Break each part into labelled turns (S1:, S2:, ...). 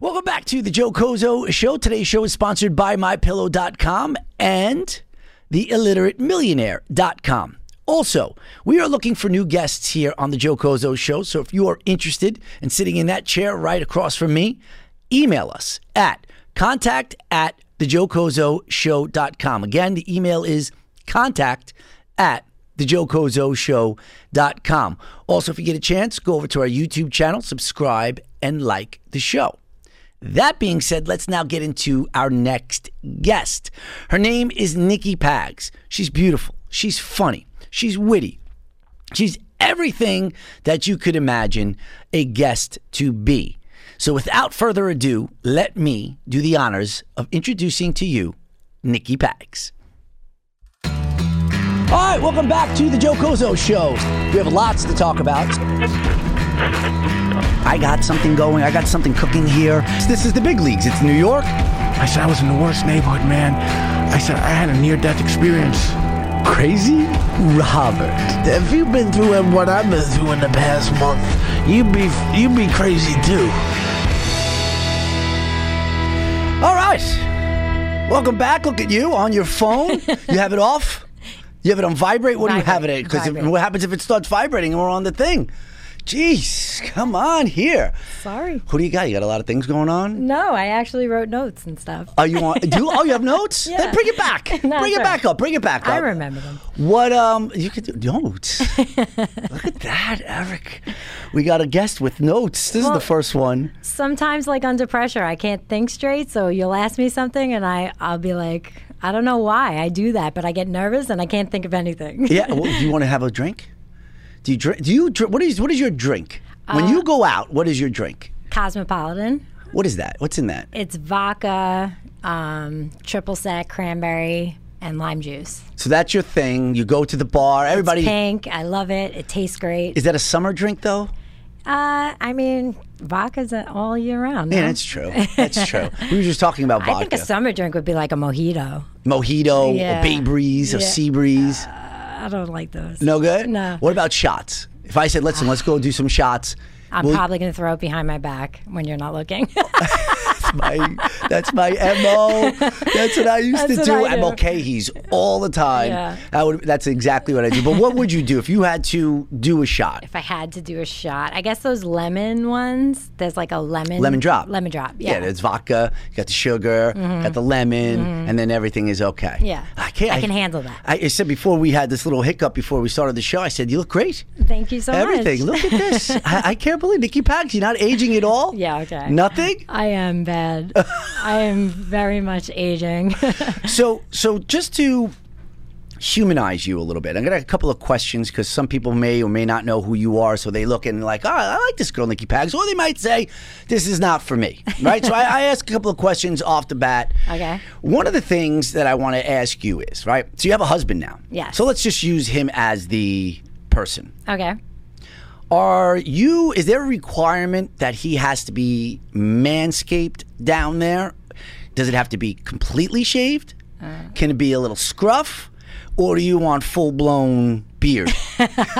S1: Welcome back to the Joe Cozo Show. Today's show is sponsored by MyPillow.com and the illiteratemillionaire.com. Also, we are looking for new guests here on the Joe Cozo Show. So if you are interested in sitting in that chair right across from me, email us at contact at thejoecozoshow.com. Again, the email is contact at thejoecozoshow.com. Also, if you get a chance, go over to our YouTube channel, subscribe, and like the show. That being said, let's now get into our next guest. Her name is Nikki Pags. She's beautiful. She's funny. She's witty. She's everything that you could imagine a guest to be. So without further ado, let me do the honors of introducing to you Nikki Pags. All right, welcome back to the Joe Cozo Show. We have lots to talk about. I got something going. I got something cooking here. This is the big leagues. It's New York.
S2: I said I was in the worst neighborhood, man. I said I had a near-death experience.
S1: Crazy Robert.
S3: If you've been through what I've been through in the past month, you'd be you'd be crazy too.
S1: All right. Welcome back. Look at you on your phone. you have it off. You have it on vibrate. What do you have it at?
S4: Vibrate,
S1: Because
S4: vibrate.
S1: what happens if it starts vibrating and we're on the thing? Jeez, come on here.
S4: Sorry.
S1: Who do you got? You got a lot of things going on.
S4: No, I actually wrote notes and stuff.
S1: Are you on? Do you, oh, you have notes?
S4: Yeah.
S1: Then bring it back.
S4: No,
S1: bring it
S4: sorry.
S1: back up. Bring it back up.
S4: I remember them.
S1: What um you could do notes. Look at that, Eric. We got a guest with notes. This is
S4: Well-
S1: the first one.
S4: Sometimes, like under pressure, I can't think straight. So you'll ask me something, and I I'll be like, I don't know why I do that, but I get nervous and I can't think of anything.
S1: Yeah. Well, do you want to have a drink? Do you drink? Do you drink? What is what is your drink? When
S4: Uh,
S1: you go out, what is your drink?
S4: Cosmopolitan.
S1: What is that? What's in that?
S4: It's vodka, um, triple sec, cranberry, and lime juice.
S1: So that's your thing. You go to the bar. Everybody.
S4: It's pink. I love it. It tastes great.
S1: Is that a summer drink though?
S4: Uh, I mean, vodka's uh, all year round.
S1: Yeah,
S4: no?
S1: that's true. That's true. we were just talking about
S4: I think
S1: vodka,
S4: a summer drink would be like a mojito.
S1: mojito, a
S4: Yeah.
S1: bay breeze, a
S4: Yeah.
S1: sea breeze.
S4: I don't like those.
S1: No good.
S4: No.
S1: What about shots? If I said, "Listen, let's go do some shots,"
S4: I'm
S1: will-
S4: probably going to throw it behind my back when you're not looking.
S1: my that's my mo. That's what I used
S4: That's
S1: to
S4: what
S1: do.
S4: I
S1: I'm
S4: do.
S1: okay. He's all the time.
S4: Yeah.
S1: That would, that's exactly what I do. But what would you do if you had to do a shot?
S4: if I had to do a shot, I guess those lemon ones, there's like a lemon.
S1: Lemon drop.
S4: Lemon drop,
S1: Yeah,
S4: yeah. Mm-hmm.
S1: there's vodka. You got the sugar. Got the lemon, and then everything is okay.
S4: Yeah.
S1: I can't.
S4: I can handle that.
S1: I, I said before we had this little hiccup before we started the show. I said you look great.
S4: Thank you so
S1: Everything.
S4: much.
S1: Look at this. I, I can't believe Nikki Pax. You're not aging at all.
S4: Yeah, okay.
S1: Nothing.
S4: I am bad. I am very much aging.
S1: So, so just to humanize you a little bit, I'm gonna have a couple of questions because some people may or may not know who you are, so they look and like, oh, I like this girl, Nikki Pags, or they might say, this is not for me, right? so, I, I ask a couple of questions off the bat.
S4: Okay.
S1: One of the things that I want to ask you is, right? So you have a husband now.
S4: Yes.
S1: So let's just use him as the person.
S4: okay.
S1: Are you? Is there a requirement that he has to be manscaped down there? Does it have to be completely shaved?
S4: Uh.
S1: Can it be a little scruff, or do you want full blown beard?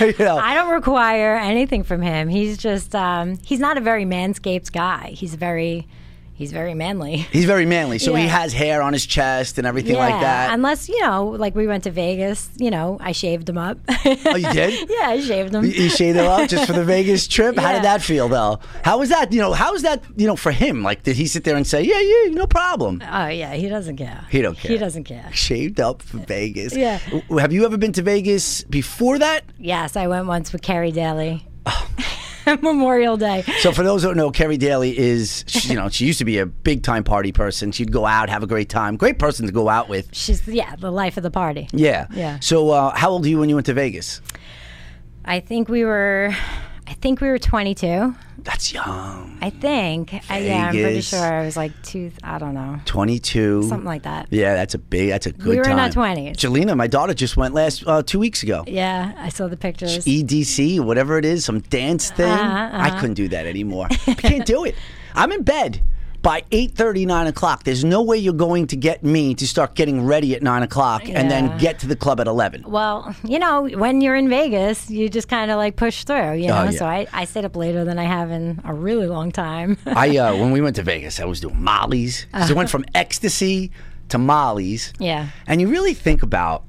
S1: you know,
S4: I don't require anything from him. He's just, um, he's not a very manscaped guy. He's very, he's very manly.
S1: he's very manly, so he
S4: Yeah.
S1: has hair on his chest and everything
S4: yeah.
S1: like that.
S4: Unless, you know, like we went to Vegas, you know, I shaved him up.
S1: oh, you did.
S4: yeah, I shaved him.
S1: You- You shaved him up just for the Vegas trip. How did
S4: Yeah.
S1: that feel, though? How was that? You know, how was that? You know, for him, like, did he sit there and say, "Yeah, yeah, no problem"?
S4: Oh yeah, he doesn't care.
S1: He don't care.
S4: He doesn't care.
S1: Shaved up for Vegas.
S4: Yeah.
S1: W- Have you ever been to Vegas before that?
S4: Yes, I went once with Carrie Daly. Memorial Day.
S1: So for those who don't know, Kerry Daly is she- you know she used to be a big time party person. She'd go out, have a great time, great person to go out with.
S4: She's yeah, the life of the party.
S1: Yeah.
S4: Yeah.
S1: So uh, how old were you when you went to Vegas?
S4: I think we were I think we were 22.
S1: That's young.
S4: I think. I, yeah, I'm pretty
S1: Vegas.
S4: sure I was like two I don't know.
S1: Twenty two.
S4: Something like that.
S1: Yeah, that's a big. That's a good
S4: were
S1: time.
S4: in our 20s.
S1: Jelena, my daughter, just went last uh, two weeks ago. E
S4: Yeah, I saw the pictures.
S1: EDC, whatever it is, some dance thing.
S4: Uh-huh,
S1: I couldn't do that anymore. I can't do it. I'm in bed. by 8.30, 9 o'clock, there's no way you're going to get me to start getting ready at 9 o'clock and then
S4: Yeah.
S1: get to the club at 11.
S4: Well, you know, when you're in Vegas, you just kind of like push through, you know?
S1: Oh, yeah.
S4: So I, I stayed up later than I have in a really long time.
S1: I uh, when we went to Vegas, I was doing Molly's. So it went from ecstasy to Molly's.
S4: Uh-huh. Yeah.
S1: And you really think about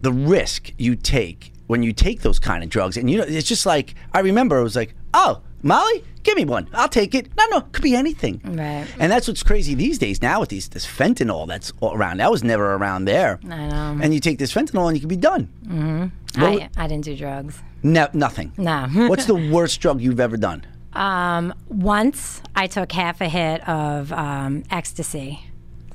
S1: the risk you take when you take those kind of drugs, and you know, it's just like I remember it was like, oh, Molly, give me one, I'll take it. No, no, it could be anything.
S4: Right.
S1: And that's what's crazy these days now with these this fentanyl that's all around. That was never around there.
S4: I know.
S1: And you take this fentanyl and you can be done. Well,
S4: I, I didn't do drugs.
S1: No, nothing.
S4: No.
S1: What's the worst drug you've ever done?
S4: Um, once I took half a hit of um, ecstasy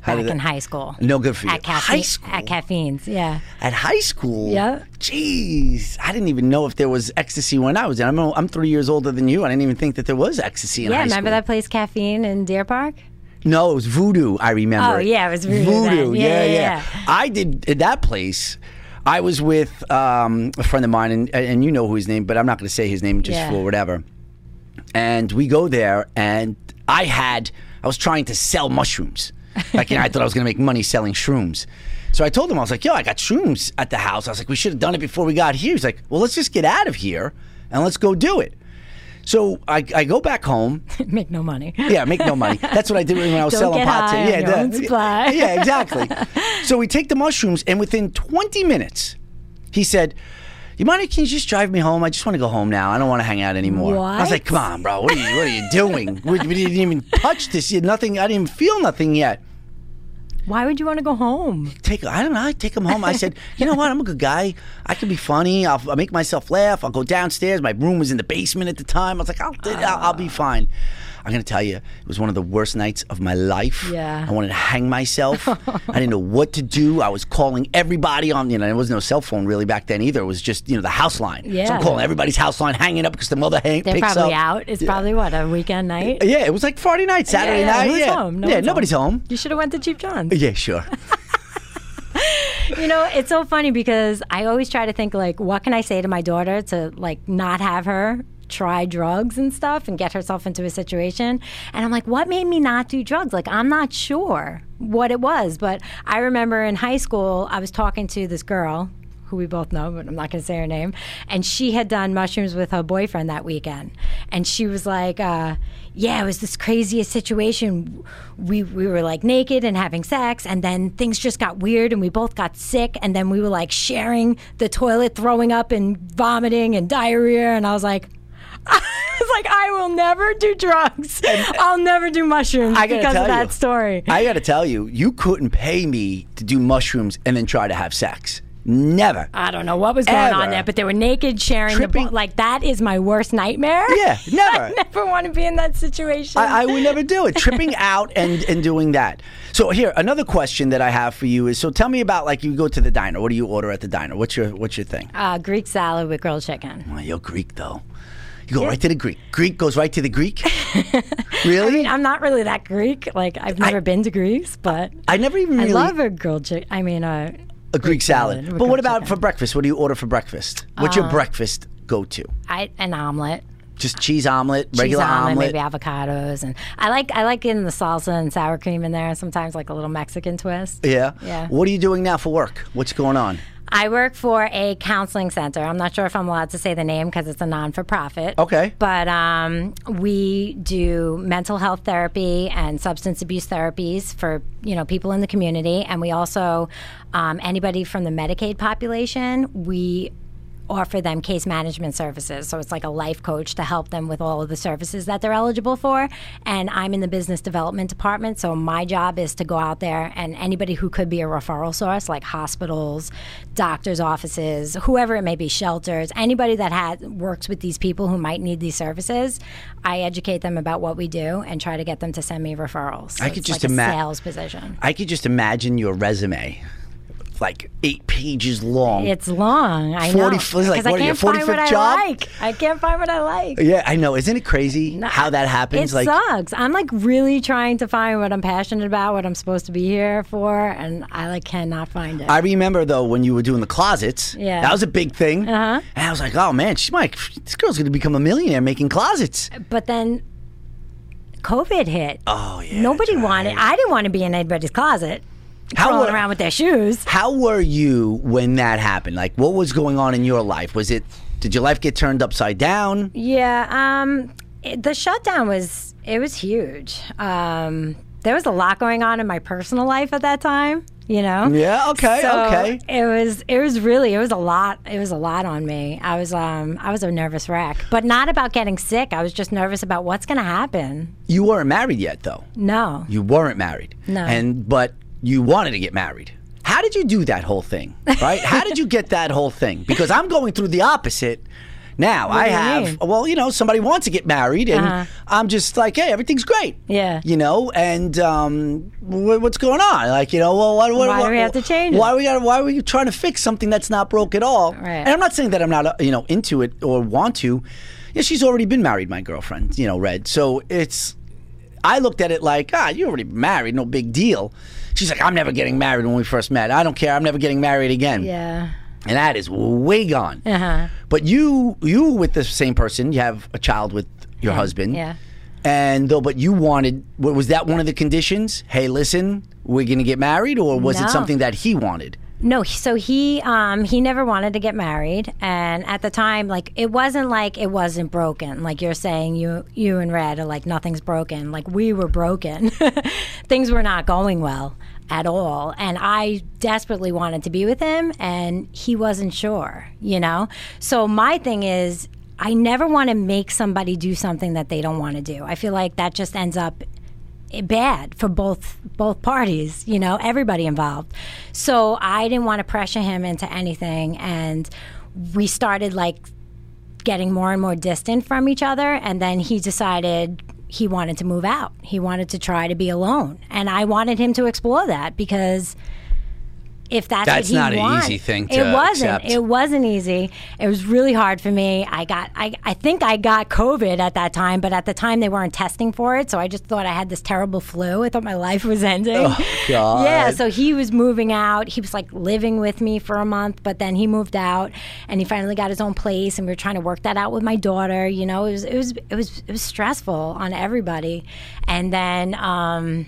S1: How
S4: back
S1: did
S4: in
S1: that-
S4: high school.
S1: No good for you.
S4: At caffeine,
S1: High school.
S4: At caffeines, yeah.
S1: At high school?
S4: Yeah.
S1: Jeez. I didn't even know if there was ecstasy when I was in. I'm, I'm three years older than you. I didn't even think that there was ecstasy in
S4: yeah,
S1: high
S4: remember
S1: school.
S4: that place, Caffeine, in Deer Park?
S1: No, it was voodoo, I remember.
S4: Oh, yeah, it was voodoo
S1: Voodoo,
S4: then. Yeah,
S1: yeah,
S4: yeah, yeah.
S1: I did at that place. I was with um, a friend of mine, and, and you know who his name, but I'm not going to say his name just
S4: Yeah.
S1: for whatever. And we go there, and I had, I was trying to sell mushrooms. Like, you know, I thought I was going to make money selling shrooms. So I told him, I was like, yo, I got shrooms at the house. I was like, we should have done it before we got here. He's like, well, let's just get out of here and let's go do it. So I, I go back home.
S4: Make no money.
S1: Yeah, make no money. That's what I did when I was
S4: Don't
S1: selling
S4: get
S1: pot.
S4: high
S1: to-
S4: on
S1: yeah,
S4: your
S1: that-
S4: own supply.
S1: yeah, exactly. So we take the mushrooms, and within 20 minutes, he said, "You mind if can you just drive me home? I just want to go home now. I don't want to hang out anymore." I was
S4: What?
S1: like, "Come on, bro. What are you? What are you doing? we, we didn't even touch this. yet. Nothing. I didn't even feel nothing yet."
S4: Why would you want to go home?
S1: take I don't know, I take him home. I said, you know what? I'm a good guy. I can be funny. I'll, I'll make myself laugh. I'll go downstairs. My room was in the basement at the time. I was like, I'll, I'll, I'll
S4: Ah.
S1: be fine. I'm gonna tell you, it was one of the worst nights of my life.
S4: Yeah.
S1: I wanted to hang myself. I didn't know what to do. I was calling everybody on. You know, there was no cell phone really back then either. It was just you know the house line. So
S4: Yeah.
S1: I'm calling everybody's house line, hanging up because the mother hang,
S4: They're
S1: picks
S4: probably
S1: up.
S4: out. It's probably what a weekend night.
S1: Yeah, it was like Friday night, Saturday
S4: yeah,
S1: night.
S4: who's
S1: yeah,
S4: home? No
S1: yeah,
S4: one's
S1: nobody's home.
S4: You should have went to Cheap John's.
S1: Yeah, sure.
S4: You know, it's so funny because I always try to think like, what can I say to my daughter to like not have her try drugs and stuff and get herself into a situation? And I'm like, what made me not do drugs? Like, I'm not sure what it was, but I remember in high school I was talking to this girl who we both know, but I'm not going to say her name. And she had done mushrooms with her boyfriend that weekend. And she was like, uh, Yeah, it was this craziest situation. We, we were like naked and having sex. And then things just got weird and we both got sick. And then we were like sharing the toilet, throwing up and vomiting and diarrhea. And I was like, I was like, I will never do drugs. I'll never do mushrooms
S1: I gotta
S4: because
S1: tell
S4: of that
S1: you,
S4: story.
S1: I got to tell you, you couldn't pay me to do mushrooms and then try to have sex. Never.
S4: I don't know what was going
S1: Ever.
S4: on there, but they were naked sharing
S1: Tripping-
S4: the bo- like that is my worst nightmare.
S1: Yeah, never.
S4: I never want to be in that situation.
S1: I, I would never do it. Tripping out and, and doing that. So here, another question that I have for you is: so tell me about like you go to the diner. What do you order at the diner? What's your what's your thing?
S4: uh, Greek salad with grilled chicken.
S1: Oh, you're Greek though. You go right to the Greek. Greek goes right to the Greek. really? I,
S4: I'm not really that Greek. Like I've never been to Greece, but
S1: never even
S4: I
S1: really
S4: love a grilled chicken. I mean, uh,
S1: a Greek salad.
S4: salad with
S1: But what
S4: grilled
S1: about
S4: chicken. Uh,
S1: for breakfast? What do you order for breakfast? What's your breakfast go to?
S4: I, an omelet,
S1: Just cheese omelet, regular
S4: cheese omelet,
S1: omelet.
S4: maybe avocados, and I like I like getting the salsa and sour cream in there. Sometimes like a little Mexican twist.
S1: Yeah.
S4: Yeah.
S1: What are you doing now for work? What's going on?
S4: I work for a counseling center. I'm not sure if I'm allowed to say the name because it's a non for profit.
S1: Okay.
S4: But um, we do mental health therapy and substance abuse therapies for you know people in the community, and we also um, anybody from the Medicaid population. We offer them case management services. So it's like a life coach to help them with all of the services that they're eligible for. And I'm in the business development department. So my job is to go out there and anybody who could be a referral source, like hospitals, doctors' offices, whoever it may be, shelters, anybody that has, works with these people who might need these services, I educate them about what we do and try to get them to send me referrals. So
S1: I could
S4: it's
S1: just
S4: like
S1: ima-
S4: a sales position.
S1: I could just imagine your resume, like eight pages long.
S4: It's long. I
S1: 40
S4: know.
S1: f- it's like,
S4: 'Cause I
S1: what are you,
S4: can't find
S1: 45th
S4: what
S1: job?
S4: I like. I can't find what I like.
S1: yeah, I know. Isn't it crazy how that happens?
S4: It sucks. I'm like really trying to find what I'm passionate about, what I'm supposed to be here for, and I like cannot find it.
S1: I remember though when you were doing the closets.
S4: Yeah.
S1: That was a big thing. Uh-huh. And I was
S4: Uh,
S1: like, oh man, she's like, this girl's gonna become a millionaire making closets.
S4: but then COVID hit.
S1: Oh, yeah,
S4: Nobody wanted. I didn't want to be in anybody's closet,
S1: How
S4: crawling
S1: were-
S4: around with their shoes.
S1: How were you when that happened? Like, what was going on in your life? Was it, did your life get turned upside down?
S4: Yeah. Um, it- the shutdown was it was huge. Um, there was a lot going on in my personal life at that time. You know.
S1: Yeah, okay,
S4: So
S1: okay.
S4: It was it was really it was a lot it was a lot on me. I was um I was a nervous wreck, but not about getting sick. I was just nervous about what's going to happen.
S1: You weren't married yet, though.
S4: No.
S1: You weren't married.
S4: No.
S1: And, but you wanted to get married. How did you do that whole thing? Right? How did you get that whole thing? Because I'm going through the opposite. Now I
S4: do you
S1: have
S4: mean?
S1: well, you know, somebody wants to get married, and
S4: Uh-huh.
S1: I'm just like, hey, everything's great,
S4: Yeah.
S1: you know, and um, wh- what's going on? Like, you know, well, what, what,
S4: Why do
S1: what-
S4: we have to change it?
S1: Why we got? Why are we trying to fix something that's not broke at all?
S4: Right.
S1: And I'm not saying that I'm not, uh, you know, into it or want to. Yeah, she's already been married, my girlfriend, you know, Red. So it's I looked at it like, ah, you're already married, no big deal. She's like, I'm never getting married when we first met. I don't care. I'm never getting married again.
S4: Yeah.
S1: And that is way gone.
S4: Uh-huh.
S1: But you, you with the same person, you have a child with your husband.
S4: yeah.
S1: And though, but you wanted, wa- was that one of the conditions? Hey, listen, we're going to get married? Or was
S4: No.
S1: it something that he wanted?
S4: No, he- so he um, he never wanted to get married, and at the time, like it wasn't like it wasn't broken. Like you're saying, you you and Red are like nothing's broken. Like we were broken, things were not going well at all, and I desperately wanted to be with him, and he wasn't sure. You know, so my thing is, I never want to make somebody do something that they don't want to do. I feel like that just ends up bad for both both parties you know everybody involved so i didn't want to pressure him into anything and we started like getting more and more distant from each other and then he decided he wanted to move out he wanted to try to be alone and i wanted him to explore that because if that's,
S1: That's
S4: what he
S1: not an
S4: wants,
S1: easy thing
S4: it
S1: to
S4: wasn't
S1: accept.
S4: it wasn't easy it was really hard for me i got I, I think i got covid at that time but at the time they weren't testing for it so i just thought i had this terrible flu i thought my life was ending
S1: God.
S4: yeah so he was moving out he was like living with me for a month but then he moved out and he finally got his own place and we were trying to work that out with my daughter you know it was it was it was, it was stressful on everybody and then um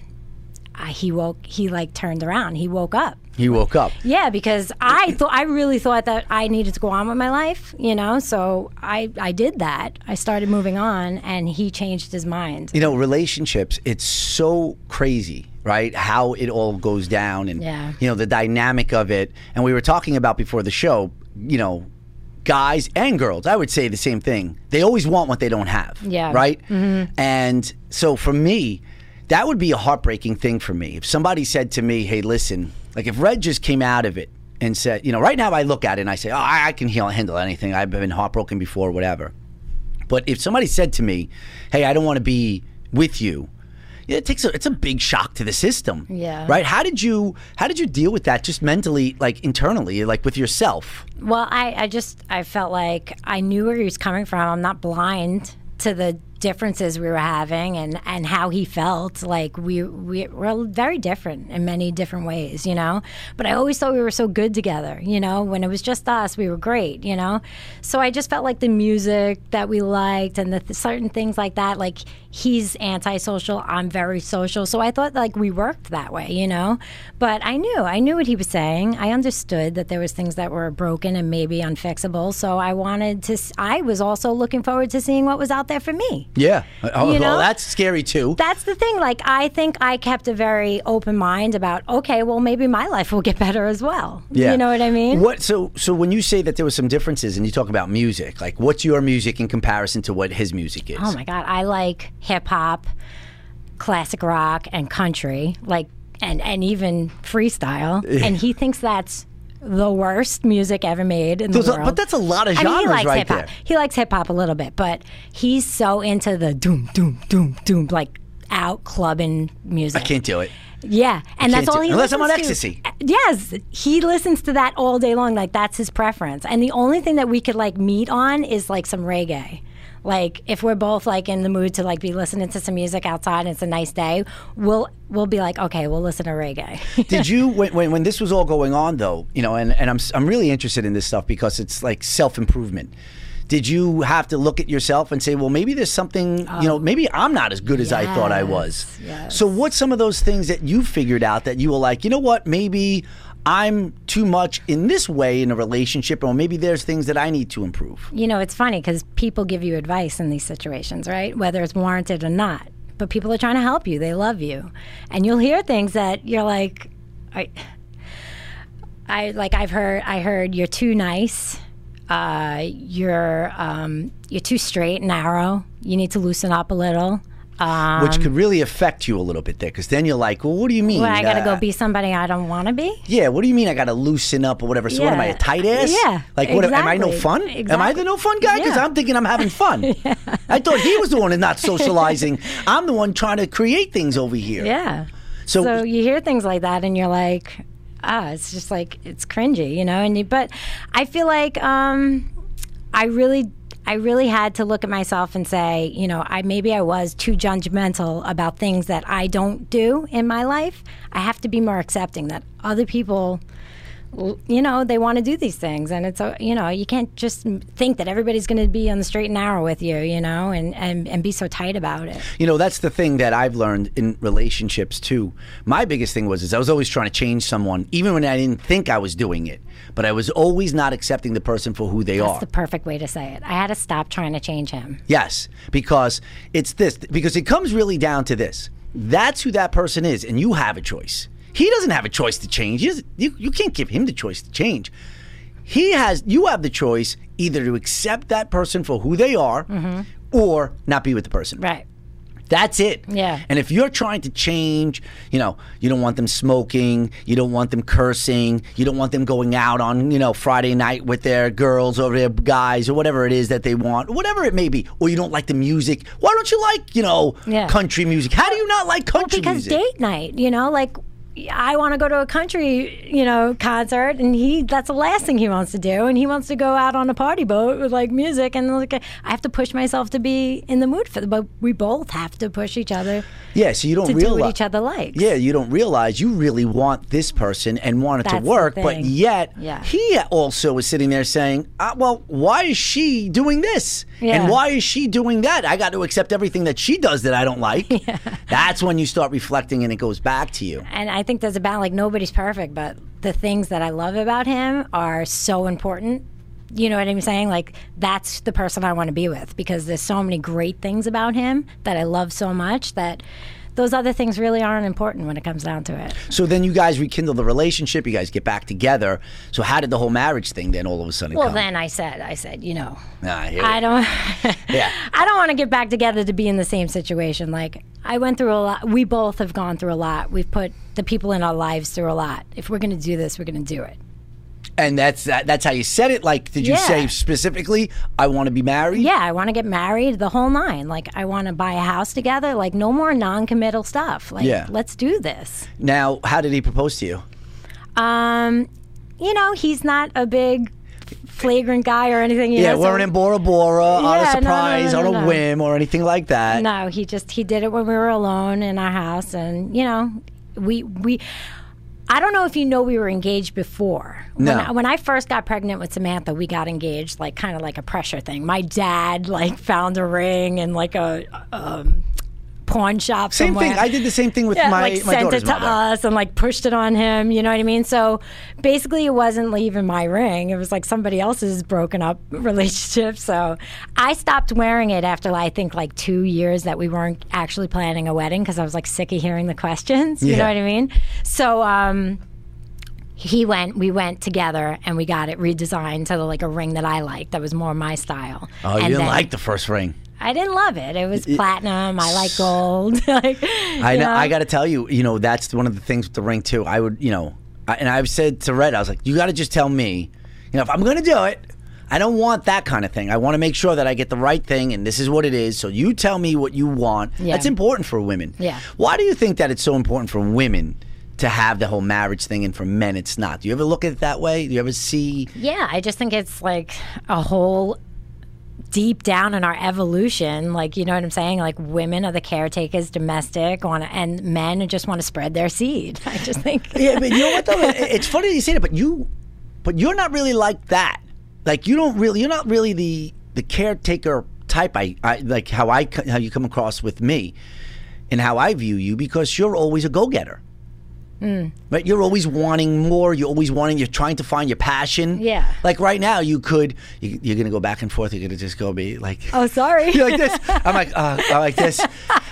S4: I, he woke he like turned around he woke up
S1: He woke up.
S4: yeah, because I thought I really thought that I needed to go on with my life, you know. So I I did that. I started moving on, and he changed his mind.
S1: you know relationships it's so crazy right how it all goes down and
S4: Yeah.
S1: you know the dynamic of it and we were talking about before the show you know guys and girls i would say the same thing they always want what they don't have
S4: Yeah. Mm-hmm.
S1: right and so for me that would be a heartbreaking thing for me if somebody said to me hey listen like if red just came out of it and said you know right now i look at it and i say oh i, I can heal, handle anything i've been heartbroken before whatever but if somebody said to me, "Hey, I don't want to be with you," yeah, it takes a, it's a big shock to the system.
S4: Yeah.
S1: Right? How did you How did you deal with that? Just mentally, like internally, like with yourself.
S4: Well, I I just I felt like I knew where he was coming from. I'm not blind to the differences we were having and and how he felt. Like we we were very different in many different ways, you know. But I always thought we were so good together, you know. When it was just us, we were great, you know. So I just felt like the music that we liked and the th- certain things like that. Like he's antisocial, I'm very social. So I thought like we worked that way, you know. But I knew, I knew what he was saying. I understood that there was things that were broken and maybe unfixable. So I wanted to. s- I was also looking forward to seeing what was out there for me.
S1: Yeah. Oh,
S4: You
S1: well,
S4: know?
S1: that's scary too.
S4: That's the thing. Like I think I kept a very open mind about. Okay, well maybe my life will get better as well. You know what I mean?
S1: What so so when you say that there was some differences and you talk about music, like what's your music in comparison to what his music is?
S4: Oh my god, I like hip hop, classic rock, and country, like and and even freestyle. and he thinks that's the worst music ever made in
S1: Those
S4: the
S1: are-
S4: world.
S1: but that's a lot of
S4: I mean, he
S1: genres
S4: likes
S1: right
S4: hip hop.
S1: there.
S4: He likes hip hop a little bit, but he's so into the doom, doom, doom, doom, like out clubbing music.
S1: I can't do it.
S4: Yeah, and that's
S1: can't
S4: all
S1: do-
S4: he
S1: unless I'm
S4: listens
S1: on
S4: to.
S1: ecstasy.
S4: Uh, Yes, he listens to that all day long. Like that's his preference. And the only thing that we could like meet on is like some reggae. Like if we're both like in the mood to like be listening to some music outside and it's a nice day, we'll we'll be like, okay, we'll listen to reggae.
S1: Did you when, when when this was all going on though, you know, and and I'm s- I'm really interested in this stuff because it's like self improvement. Did you have to look at yourself and say, well, maybe there's something, you know, maybe I'm not as good as I thought I was?
S4: Um, Yes, yes.
S1: So, what's some of those things that you figured out that you were like, you know what, maybe I'm too much in this way in a relationship, or maybe there's things that I need to improve?
S4: you know, it's funny because people give you advice in these situations, right? Whether it's warranted or not. But people are trying to help you. They love you. And you'll hear things that you're like, I, I like I've heard I heard you're too nice. Uh, you're um, you're too straight and narrow. You need to loosen up a little.
S1: Which could really affect you a little bit there, because then you're like, well, what do you mean?
S4: But Um, I gotta
S1: Uh,
S4: go be somebody I don't want to be.
S1: Yeah, what do you mean I got to loosen up or whatever? So what am I, a
S4: Yeah.
S1: tight ass?
S4: Yeah,
S1: Like, what, am I no
S4: exactly.
S1: fun? Am I the
S4: Exactly.
S1: no fun guy? Because
S4: Yeah.
S1: I'm thinking I'm having fun. I thought he was the one that's not socializing. I'm the one trying to create things over here.
S4: Yeah.
S1: So-
S4: So, you hear things like that, and you're like, ah, it's just like it's cringy, you know. And you, but I feel like um, I really, I really had to look at myself and say, you know, I maybe I was too judgmental about things that I don't do in my life. I have to be more accepting that other people. l- You know they want to do these things, and it's uh, you know you can't just think that everybody's going to be on the straight and narrow with you, you know, and and, and be so tight about it.
S1: You know, that's the thing that I've learned in relationships too. My biggest thing was is I was always trying to change someone, even when I didn't think I was doing it. But I was always not accepting the person for who they are.
S4: That's the perfect way to say it. I had to stop trying to change him.
S1: Yes, because it's this, because it comes really down to this. That's who that person is, and you have a choice. He doesn't have a choice to change. He doesn't- you, you can't give him the choice to change. He has, you have the choice either to accept that person for who they are or not be with the person.
S4: Right.
S1: That's it.
S4: Yeah.
S1: And if you're trying to change, you know, you don't want them smoking, you don't want them cursing, you don't want them going out on, you know, Friday night with their girls or their guys or whatever it is that they want, whatever it may be, or you don't like the music. Why don't you like, you know,
S4: Yeah.
S1: country music? How do you not like country
S4: Because
S1: music?
S4: date night, you know, like I want to go to a country, you know, concert, and he—that's the last thing he wants to do, and he wants to go out on a party boat with like music, and like I have to push myself to be in the mood for the. But we both have to push each other
S1: yeah, so you don't
S4: to
S1: realize
S4: do what each other likes.
S1: Yeah, you don't realize you really want this person and want it to
S4: That's the
S1: work, but
S4: thing.
S1: yet
S4: Yeah.
S1: he also is sitting there saying, uh, "Well, why is she doing this?
S4: Yeah.
S1: And why is she doing that? I got to accept everything that she does that I don't like." That's when you start reflecting, and it goes back to you.
S4: and I think there's a balance. Like nobody's perfect, but the things that I love about him are so important. You know what I'm saying? Like that's the person I want to be with because there's so many great things about him that I love so much that those other things really aren't important when it comes down to it.
S1: So then you guys rekindle the relationship. You guys get back together. So how did the whole marriage thing then all of a sudden?
S4: Well,
S1: come?
S4: then I said, I said, you know,
S1: Ah, I hear
S4: I
S1: it.
S4: don't,
S1: Yeah.
S4: I don't want to get back together to be in the same situation. Like I went through a lot. We both have gone through a lot. We've put the people in our lives through a lot. If we're going to do this, we're going to do it.
S1: And that's that, that's how you said it. Like, did you
S4: Yeah.
S1: say specifically, "I want to be married"?
S4: yeah, I want to get married, the whole nine. Like, I want to buy a house together. Like, no more non-committal stuff. Like,
S1: Yeah.
S4: let's do this.
S1: Now, how did he propose to you?
S4: Um, you know, he's not a big flagrant guy or anything. You
S1: Yeah,
S4: know, so-
S1: weren't in Bora Bora on
S4: Yeah, no,
S1: a
S4: no,
S1: surprise,
S4: no, no,
S1: on a
S4: no.
S1: whim, or anything like that.
S4: No, he just he did it when we were alone in our house, and you know, we we. I don't know if you know we were engaged before.
S1: No.
S4: When I, when I first got pregnant with Samantha, we got engaged like kind of like a pressure thing. My dad like found a ring and like a um, pawn shop.
S1: Same
S4: somewhere.
S1: thing. I did the same thing with
S4: yeah,
S1: my,
S4: like
S1: my
S4: sent
S1: daughter's
S4: it to
S1: mother.
S4: us and like pushed it on him. You know what I mean? So basically, it wasn't even my ring. It was like somebody else's broken up relationship. So I stopped wearing it after I think like two years that we weren't actually planning a wedding because I was like sick of hearing the questions. You know
S1: Yeah.
S4: what I mean? So um, he went. We went together and we got it redesigned to like a ring that I liked. That was more my style.
S1: Oh, you
S4: And
S1: didn't
S4: then-
S1: like the first ring.
S4: I didn't love it. It was platinum. I like gold. like,
S1: I
S4: you
S1: know. I got to tell you, you know, that's one of the things with the ring too. I would, you know, I, and I've said to Red, I was like, you got to just tell me, you know, if I'm going to do it, I don't want that kind of thing. I want to make sure that I get the right thing, and this is what it is. So you tell me what you want.
S4: Yeah.
S1: That's important for women.
S4: Yeah.
S1: Why do you think that it's so important for women? To have the whole marriage thing, and for men, it's not. Do you ever look at it that way? Do you ever see?
S4: Yeah, I just think it's like a whole deep down in our evolution. Like, you know what I'm saying? Like, women are the caretakers, domestic, want to, and men just want to spread their seed. I just think.
S1: Yeah, but you know what though? It- it's funny that you say that, but you, but you're not really like that. Like you don't really, you're not really the the caretaker type. I, I like how I co- how you come across with me, and how I view you because you're always a go getter.
S4: Mm.
S1: Right, you're always wanting more. You're always wanting. You're trying to find your passion.
S4: Yeah.
S1: Like right now, you could. You, you're gonna go back and forth. You're gonna just go be like.
S4: Oh, sorry.
S1: You're like this. I'm like. Uh, I'm like this.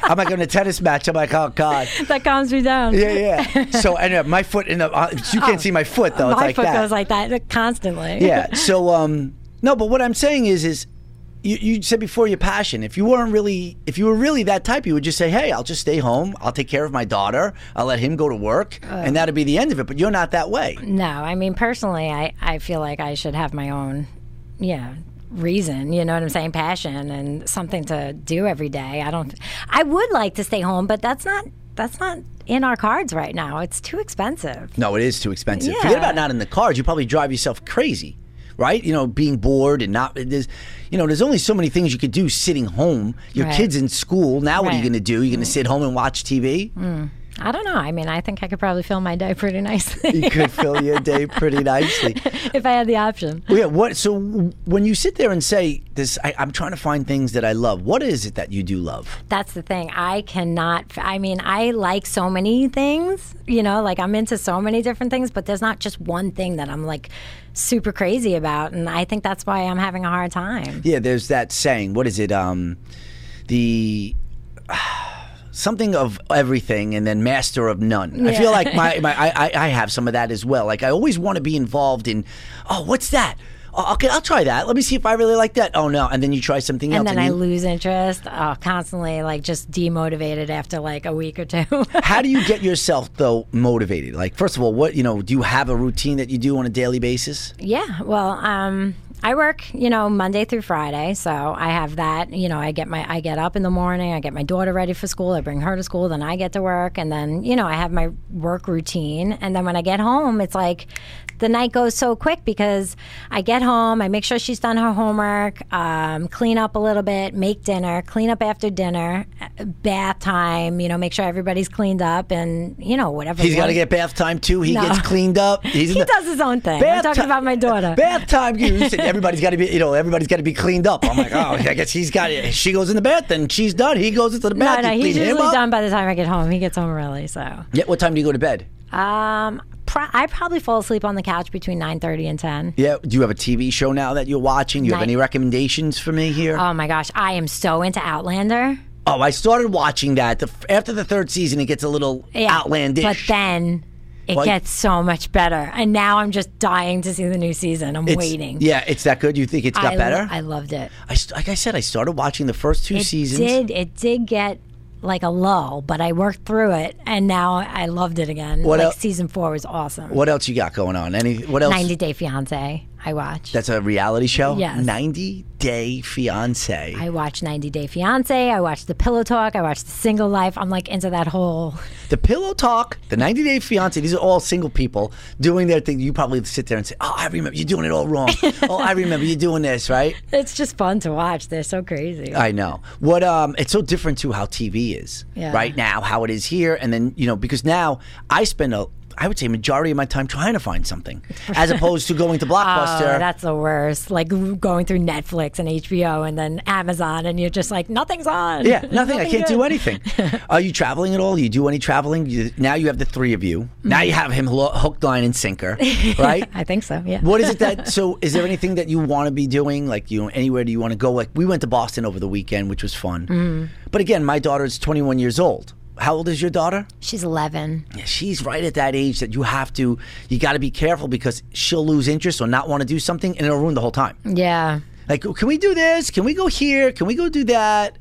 S1: I'm like in a tennis match. I'm like, oh god.
S4: that calms me down.
S1: Yeah, yeah. So and uh, my foot in the uh, you can't see my foot though.
S4: Oh. My
S1: it's like
S4: foot
S1: that.
S4: goes like that constantly.
S1: yeah. So um no, but what I'm saying is is you, you said before your passion. If you weren't really if you were really that type, you would just say, "Hey, I'll just stay home. I'll take care of my daughter. I'll let him go to work, and that'll be the end of it." But you're not that way.
S4: Oh. No, I mean personally, I I feel like I should have my own, yeah, reason. You know what I'm saying? Passion and something to do every day. I don't. I would like to stay home, but that's not that's not in our cards right now. It's too expensive.
S1: No, it is too expensive. Forget
S4: Yeah.
S1: about not in the cars. You probably drive yourself crazy, right? You know, being bored and not there's, you know, there's only so many things you could do sitting home. Your
S4: Right.
S1: kids in school. Now, what are you
S4: Right. Mm.
S1: going to do? You're going to sit home and watch TV?
S4: I don't know. I mean, I think I could probably fill my day pretty nicely
S1: You could fill your day pretty nicely.
S4: if I had the option.
S1: Well, yeah. What? So when you sit there and say this, I, I'm trying to find things that I love. What is it that you do love?
S4: That's the thing. I cannot. I mean, I like so many things. You know, like I'm into so many different things, but there's not just one thing that I'm like super crazy about, and I think that's why I'm having a hard time.
S1: Yeah. There's that saying. What is it? Um, the something of everything and then master of none. I feel
S4: Yeah.
S1: like my, my I, I- I have some of that as well. Like I always want to be involved in. Oh, what's that? Oh, okay, I'll try that. Let me see if I really like that. Oh no, and then you try something
S4: And
S1: else.
S4: then I
S1: you-
S4: lose interest, oh, constantly like just demotivated after like a week or two.
S1: How do you get yourself though motivated? Like first of all, what you know? Do you have a routine that you do on a daily basis?
S4: yeah, well, um, I work, you know, Monday through Friday, so I have that. You know, I get my I get up in the morning, I get my daughter ready for school, I bring her to school, then I get to work, and then you know I have my work routine, and then when I get home, it's like the night goes so quick because I get home, I make sure she's done her homework, um, clean up a little bit, make dinner, clean up after dinner, uh, bath time, you know, make sure everybody's cleaned up, and you know whatever.
S1: He's got to get
S4: work-
S1: bath time too. He
S4: No.
S1: gets cleaned up. He's
S4: He does his own thing. I'm talking
S1: ti-
S4: about my daughter.
S1: Bath time. You said everybody's got to be, you know, everybody's got to be cleaned up. I'm like, oh, I guess he's got it. She goes in the bath, then she's done. He goes into the
S4: No,
S1: bath.
S4: no,
S1: you
S4: he's
S1: clean him
S4: usually
S1: up.
S4: done by the time I get home. He gets home early, so
S1: Yeah. What time do you go to bed?
S4: um, pro- I probably fall asleep on the couch between nine thirty and ten.
S1: Yeah. Do you have a TV show now that you're watching? Do you have
S4: Night-
S1: any recommendations for me here?
S4: Oh my gosh, I am so into Outlander.
S1: oh, I started watching that. The, f- after the third season, it gets a little outlandish.
S4: but then it
S1: Well,
S4: gets so much better, and now I'm just dying to see the new season. I'm
S1: It's-
S4: waiting.
S1: Yeah, it's that good. You think it's got
S4: I,
S1: better?
S4: I loved it.
S1: I st- like I said, I started watching the first two
S4: It
S1: seasons.
S4: did. It did get like a lull, but I worked through it, and now I loved it again.
S1: What
S4: like
S1: el-
S4: season four was awesome.
S1: What else you got going on? Any? What else?
S4: Ninety Day Fiance, I watched.
S1: That's a reality show.
S4: Yes.
S1: 90 Day Fiance.
S4: I watched 90 Day Fiance. I watched The Pillow Talk. I watched The Single Life. I'm like into that whole.
S1: The Pillow Talk, the 90 Day Fiance. These are all single people doing their thing. You probably sit there and say, "Oh, I remember you doing it all wrong. oh, I remember you doing this right."
S4: It's just fun to watch. They're so crazy.
S1: I know. What um it's so different to how TV is
S4: Yeah.
S1: right now, how it is here and then, you know, because now I spend a I would say majority of my time trying to find something as opposed to going to
S4: Oh,
S1: Blockbuster.
S4: that's the worst. Like going through Netflix and HBO and then Amazon, and you're just like, nothing's on.
S1: yeah, nothing. I can't do
S4: good.
S1: anything. Are you traveling at all? You do any traveling? You, now you have the three of you. Now you have him lo- hook, line, and sinker, right?
S4: Mm-hmm. I think so. Yeah.
S1: What is it that? So, is there anything that you want to be doing? Like, you know, anywhere do you want to go? Like, we went to Boston over the weekend, which was fun.
S4: Mm-hmm.
S1: But again, my daughter's 21 years old. How old is your daughter?
S4: She's 11.
S1: Yeah, she's right at that age that you have to, you got to be careful because she'll lose interest or not want to do something, and it'll ruin the whole time.
S4: Yeah.
S1: Like, can we do this? Can we go here? Can we go do that?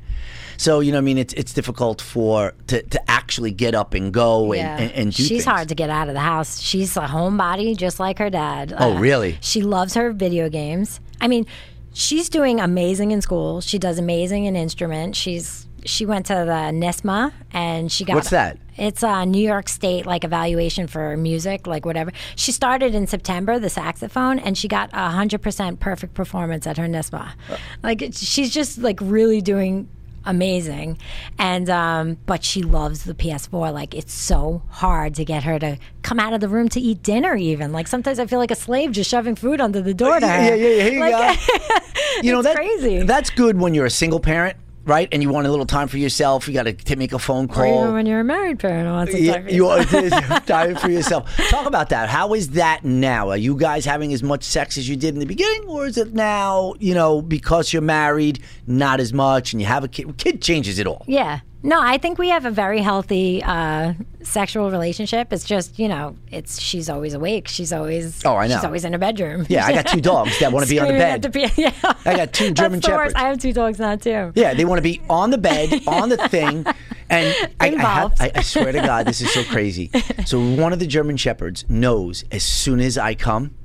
S1: So you know, what I mean, it's it's difficult for to, to actually get up and go and,
S4: yeah.
S1: and, and do.
S4: She's
S1: things.
S4: hard to get out of the house. She's a homebody, just like her dad. Uh,
S1: Oh, really?
S4: She loves her video games. I mean, she's doing amazing in school. She does amazing in instrument. She's she went to the E NISMA and she got
S1: What's that?
S4: It's a New York State like evaluation for music, like whatever. She started in September the saxophone, and she got a hundred percent perfect performance at her NISMA.
S1: Uh.
S4: Like it- she's just like really doing amazing, and um, but she loves the PS4. Like it's so hard to get her to come out of the room to eat dinner. Even like sometimes I feel like a slave just shoving food under the door to her.
S1: Yeah, yeah, yeah. Here you
S4: Like,
S1: go. you know
S4: It's
S1: that
S4: crazy.
S1: that's good when you're a single parent, right? And you want a little time for yourself. You got to t- make a phone call.
S4: Even when you're a married parent, wants to
S1: Yeah, you want to time for yourself. Talk about that. How is that now? Are you guys having as much sex as you did in the beginning, or is it now? You know, because you're married, not as much, and you have a kid. Kid changes it all.
S4: Yeah. No, I think we have a very healthy uh, sexual relationship. It's just, you know, it's she's always awake. She's always
S1: Oh, I know.
S4: She's always in her bedroom.
S1: Yeah, I got two dogs that want to be on the
S4: Screaming at
S1: bed.
S4: pi- yeah.
S1: I got two German
S4: That's the
S1: shepherds.
S4: worst. I have two dogs now too.
S1: Yeah, they want to be on the bed, on the thing, and I, I, have,
S4: Involved.
S1: I, I swear to God, this is so crazy. So one of the German shepherds knows as soon as I come,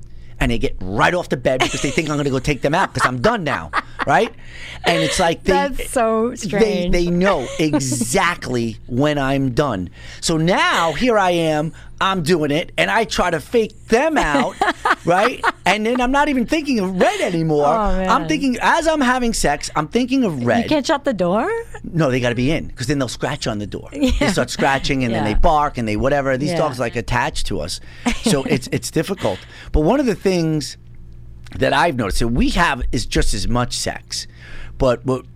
S1: and they get right off the bed because they think I'm going to go take them out because I'm done now, right? And it's like they,
S4: That's so
S1: they
S4: strange.
S1: they know exactly when I'm done. So now here I am, I'm doing it, and I try to fake them out, right? And then I'm not even thinking of red anymore.
S4: Oh, man.
S1: I'm thinking as I'm having sex, I'm thinking of red.
S4: you can't shut the door?
S1: No, they got to be in because then they'll scratch on the door. They start scratching and then
S4: Yeah.
S1: they bark and they whatever. These
S4: Yeah.
S1: dogs like attached to us, so it's it's difficult. But one of the things that I've noticed that we have is just as much sex, but what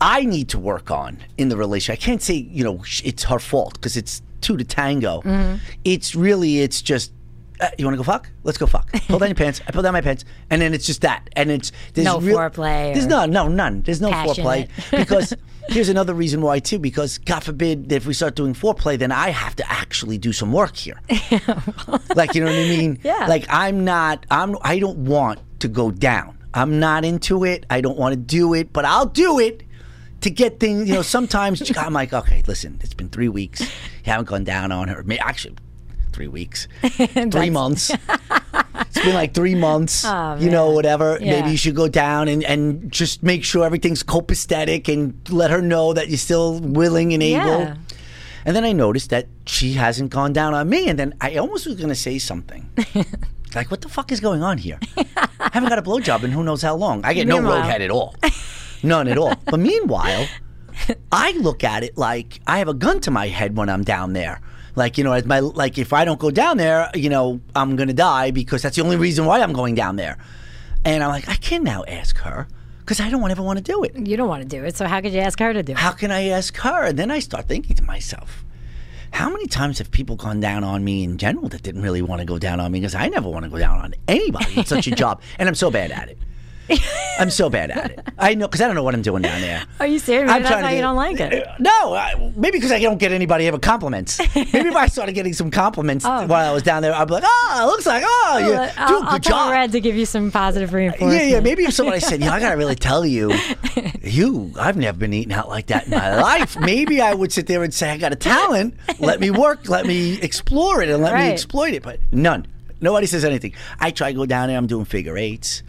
S1: I need to work on in the relationship, I can't say you know sh- it's her fault because it's two to tango.
S4: Mm-hmm.
S1: It's really it's just. Uh, you want to go fuck? Let's go fuck. Pull down your pants. I pull down my pants, and then it's just that. And it's there's
S4: No
S1: real,
S4: foreplay
S1: There's
S4: or-
S1: no no none. There's no
S4: Passionate.
S1: foreplay because here's another reason why too. Because God forbid that if we start doing foreplay, then I have to actually do some work here. like you know what I mean?
S4: Yeah.
S1: Like I'm not. I'm. I don't want to go down. I'm not into it. I don't want to do it, but I'll do it to get things. You know, sometimes I'm like, okay, listen, it's been three weeks. You haven't gone down on her. May- Actually, three weeks, three months. It's been like three months,
S4: Oh,
S1: you know, whatever.
S4: Yeah.
S1: Maybe you should go down and, and just make sure everything's copacetic and let her know that you're still willing and able.
S4: Yeah.
S1: And then I noticed that she hasn't gone down on me. And then I almost was going to say something. like, what the fuck is going on here? I haven't got a blowjob in who knows how long. I get no
S4: Meanwhile-
S1: roadhead at all. None at all. But meanwhile, I look at it like I have a gun to my head when I'm down there. Like you know, as my like if I don't go down there, you know, I'm gonna die because that's the only reason why I'm going down there. And I'm like, I can now ask her because I don't ever want to do it.
S4: You don't want to do it, so how could you ask her to do it?
S1: How can I ask her? And then I start thinking to myself, how many times have people gone down on me in general that didn't really want to go down on me? Because I never want to go down on anybody. It's such a job, and I'm so bad at it. I'm so bad at it. I know because I don't know what I'm doing down there.
S4: Are you serious?
S1: I'm
S4: That's
S1: trying
S4: why
S1: to
S4: you
S1: get- Uh,
S4: don't like it.
S1: No, I, maybe because I don't get anybody ever compliments. Maybe if I started getting some compliments
S4: Oh.
S1: while I was down there, I'd be like, oh, it looks like, oh, you
S4: I'll,
S1: do a
S4: I'll
S1: good
S4: tell
S1: job.
S4: Red to give you some positive
S1: yeah,
S4: reinforcement.
S1: yeah. Maybe if somebody said, you know, I got to really tell you, you, I've never been eating out like that in my life. Maybe I would sit there and say, I got a talent. Let me work. Let me explore it and let me
S4: Right.
S1: exploit it. But none. Nobody says anything. I try to go down there. I'm doing figure eights.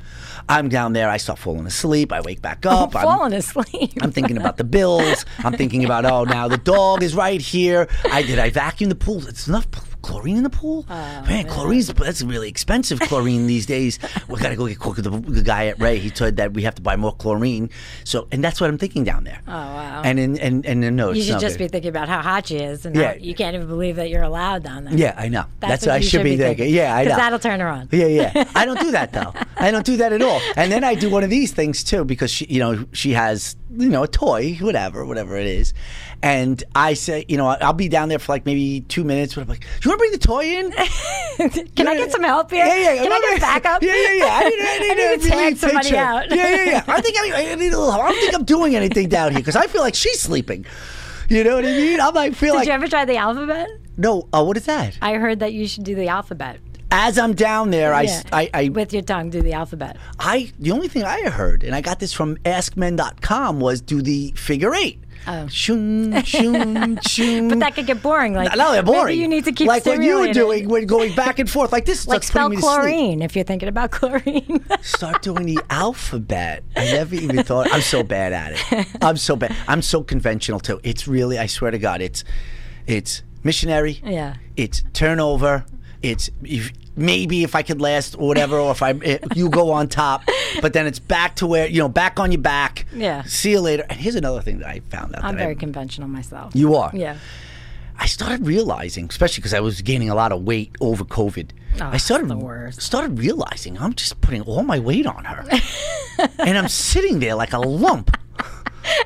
S1: I'm down there. I start falling asleep. I wake back up. I'm-
S4: Oh, Falling asleep.
S1: I'm thinking about the bills. I'm thinking about oh now the dog is right here. I did I vacuum the pool? It's enough p- chlorine in the pool. Oh, man, chlorine's that's really expensive chlorine these days. We gotta go get quick. The, the guy at Ray he told that we have to buy more chlorine. So and that's what I'm thinking down there. Oh
S4: wow.
S1: And in, and and then no,
S4: you
S1: it's
S4: should
S1: not
S4: just
S1: good.
S4: be thinking about how hot she is, and
S1: Yeah.
S4: how, you can't even believe that you're allowed down there.
S1: Yeah, I know. That's, what, I should be thinking. Yeah, I know.
S4: Because that'll turn her on.
S1: Yeah, yeah. I don't do that though. I don't do that at all. And then I do one of these things too because she, you know, she has, you know, a toy, whatever, whatever it is. And I say, you know, I'll be down there for like maybe two minutes, but I'm like, do you want to bring the toy in?
S4: Can I get some help here?
S1: Yeah, yeah.
S4: Can I get backup?
S1: Yeah, yeah, yeah. I need, I need,
S4: I need
S1: a
S4: to tag
S1: relief
S4: somebody
S1: picture.
S4: out.
S1: Yeah, yeah, yeah. I think I, I need a little. help. I don't think I'm doing anything down here because I feel like she's sleeping. You know what I mean? I might feel
S4: Did
S1: like
S4: you ever try the alphabet?
S1: no. Uh, what is that?
S4: I heard that you should do the alphabet.
S1: As I'm down there, I, s-
S4: Yeah.
S1: I, I
S4: with your tongue, do the alphabet.
S1: I the only thing I heard, and I got this from AskMen.com, was do the figure eight.
S4: Oh.
S1: Shun, shun, shun.
S4: But that could get boring. Like
S1: no, they're Mm. boring.
S4: Maybe you need to keep
S1: like what you were
S4: stimulating it.
S1: doing when going back and forth. Like this is
S4: Like
S1: what's putting
S4: spell
S1: me to sleep.
S4: chlorine if you're thinking about chlorine.
S1: Start doing the alphabet. I never even thought. I'm so bad at it. I'm so bad. I'm so conventional too. It's really. I swear to God. It's, it's missionary.
S4: Yeah.
S1: It's turnover. It's if, maybe if I could last or whatever, or if I if you go on top, but then it's back to where you know back on your back.
S4: Yeah.
S1: See you later. And here's another thing that I found out.
S4: I'm
S1: that I-
S4: very conventional myself.
S1: you are.
S4: Yeah.
S1: I started realizing, especially because I was gaining a lot of weight over COVID. I
S4: it's
S1: started
S4: Ah, the worst.
S1: started realizing I'm just putting all my weight on her. and I'm sitting there like a lump.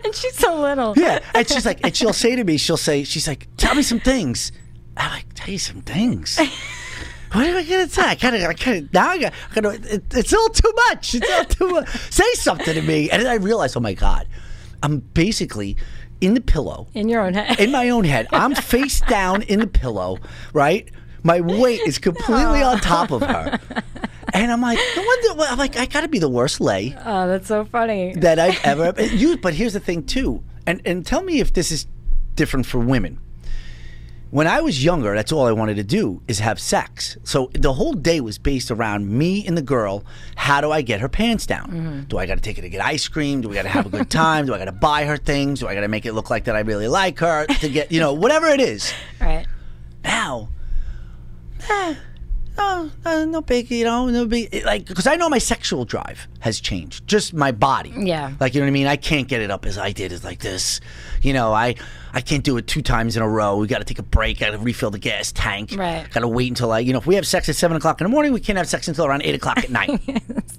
S4: and she's so little.
S1: Yeah, and she's like, and she'll say to me, she'll say, she's like, tell me some things. I'm like, tell you some things. What am I gonna tell? I kind of, I kind of now I got, I gotta- it, it's all too much. It's all too much. Say something to me, and then I realize, oh my god, I'm basically in the pillow
S4: In your own head.
S1: in my own head. I'm face down in the pillow, right? My weight is completely on top of her. And I'm like, no wonder. well, I'm like, I got to be the worst lay
S4: oh, that's so funny.
S1: that I've ever used. But here's the thing, too, and and tell me if this is different for women. When I was younger, that's all I wanted to do is have sex. So the whole day was based around me and the girl. How do I get her pants down? Do I got to take her to get ice cream? Do we got to have a good time? do I got to buy her things? Do I got to make it look like that I really like her? To get you know whatever it is
S4: right.
S1: now, eh, no, no, no big, you know, no big, it- like, because I know my sexual drive has changed, just my body.
S4: Yeah.
S1: Like, you know what I mean? I can't get it up as I did, as like this. You know, I, I can't do it two times in a row. We got to take a break. Got to refill the gas tank.
S4: Right.
S1: Got to wait until I, you know, if we have sex at seven o'clock in the morning, we can't have sex until around eight o'clock at night.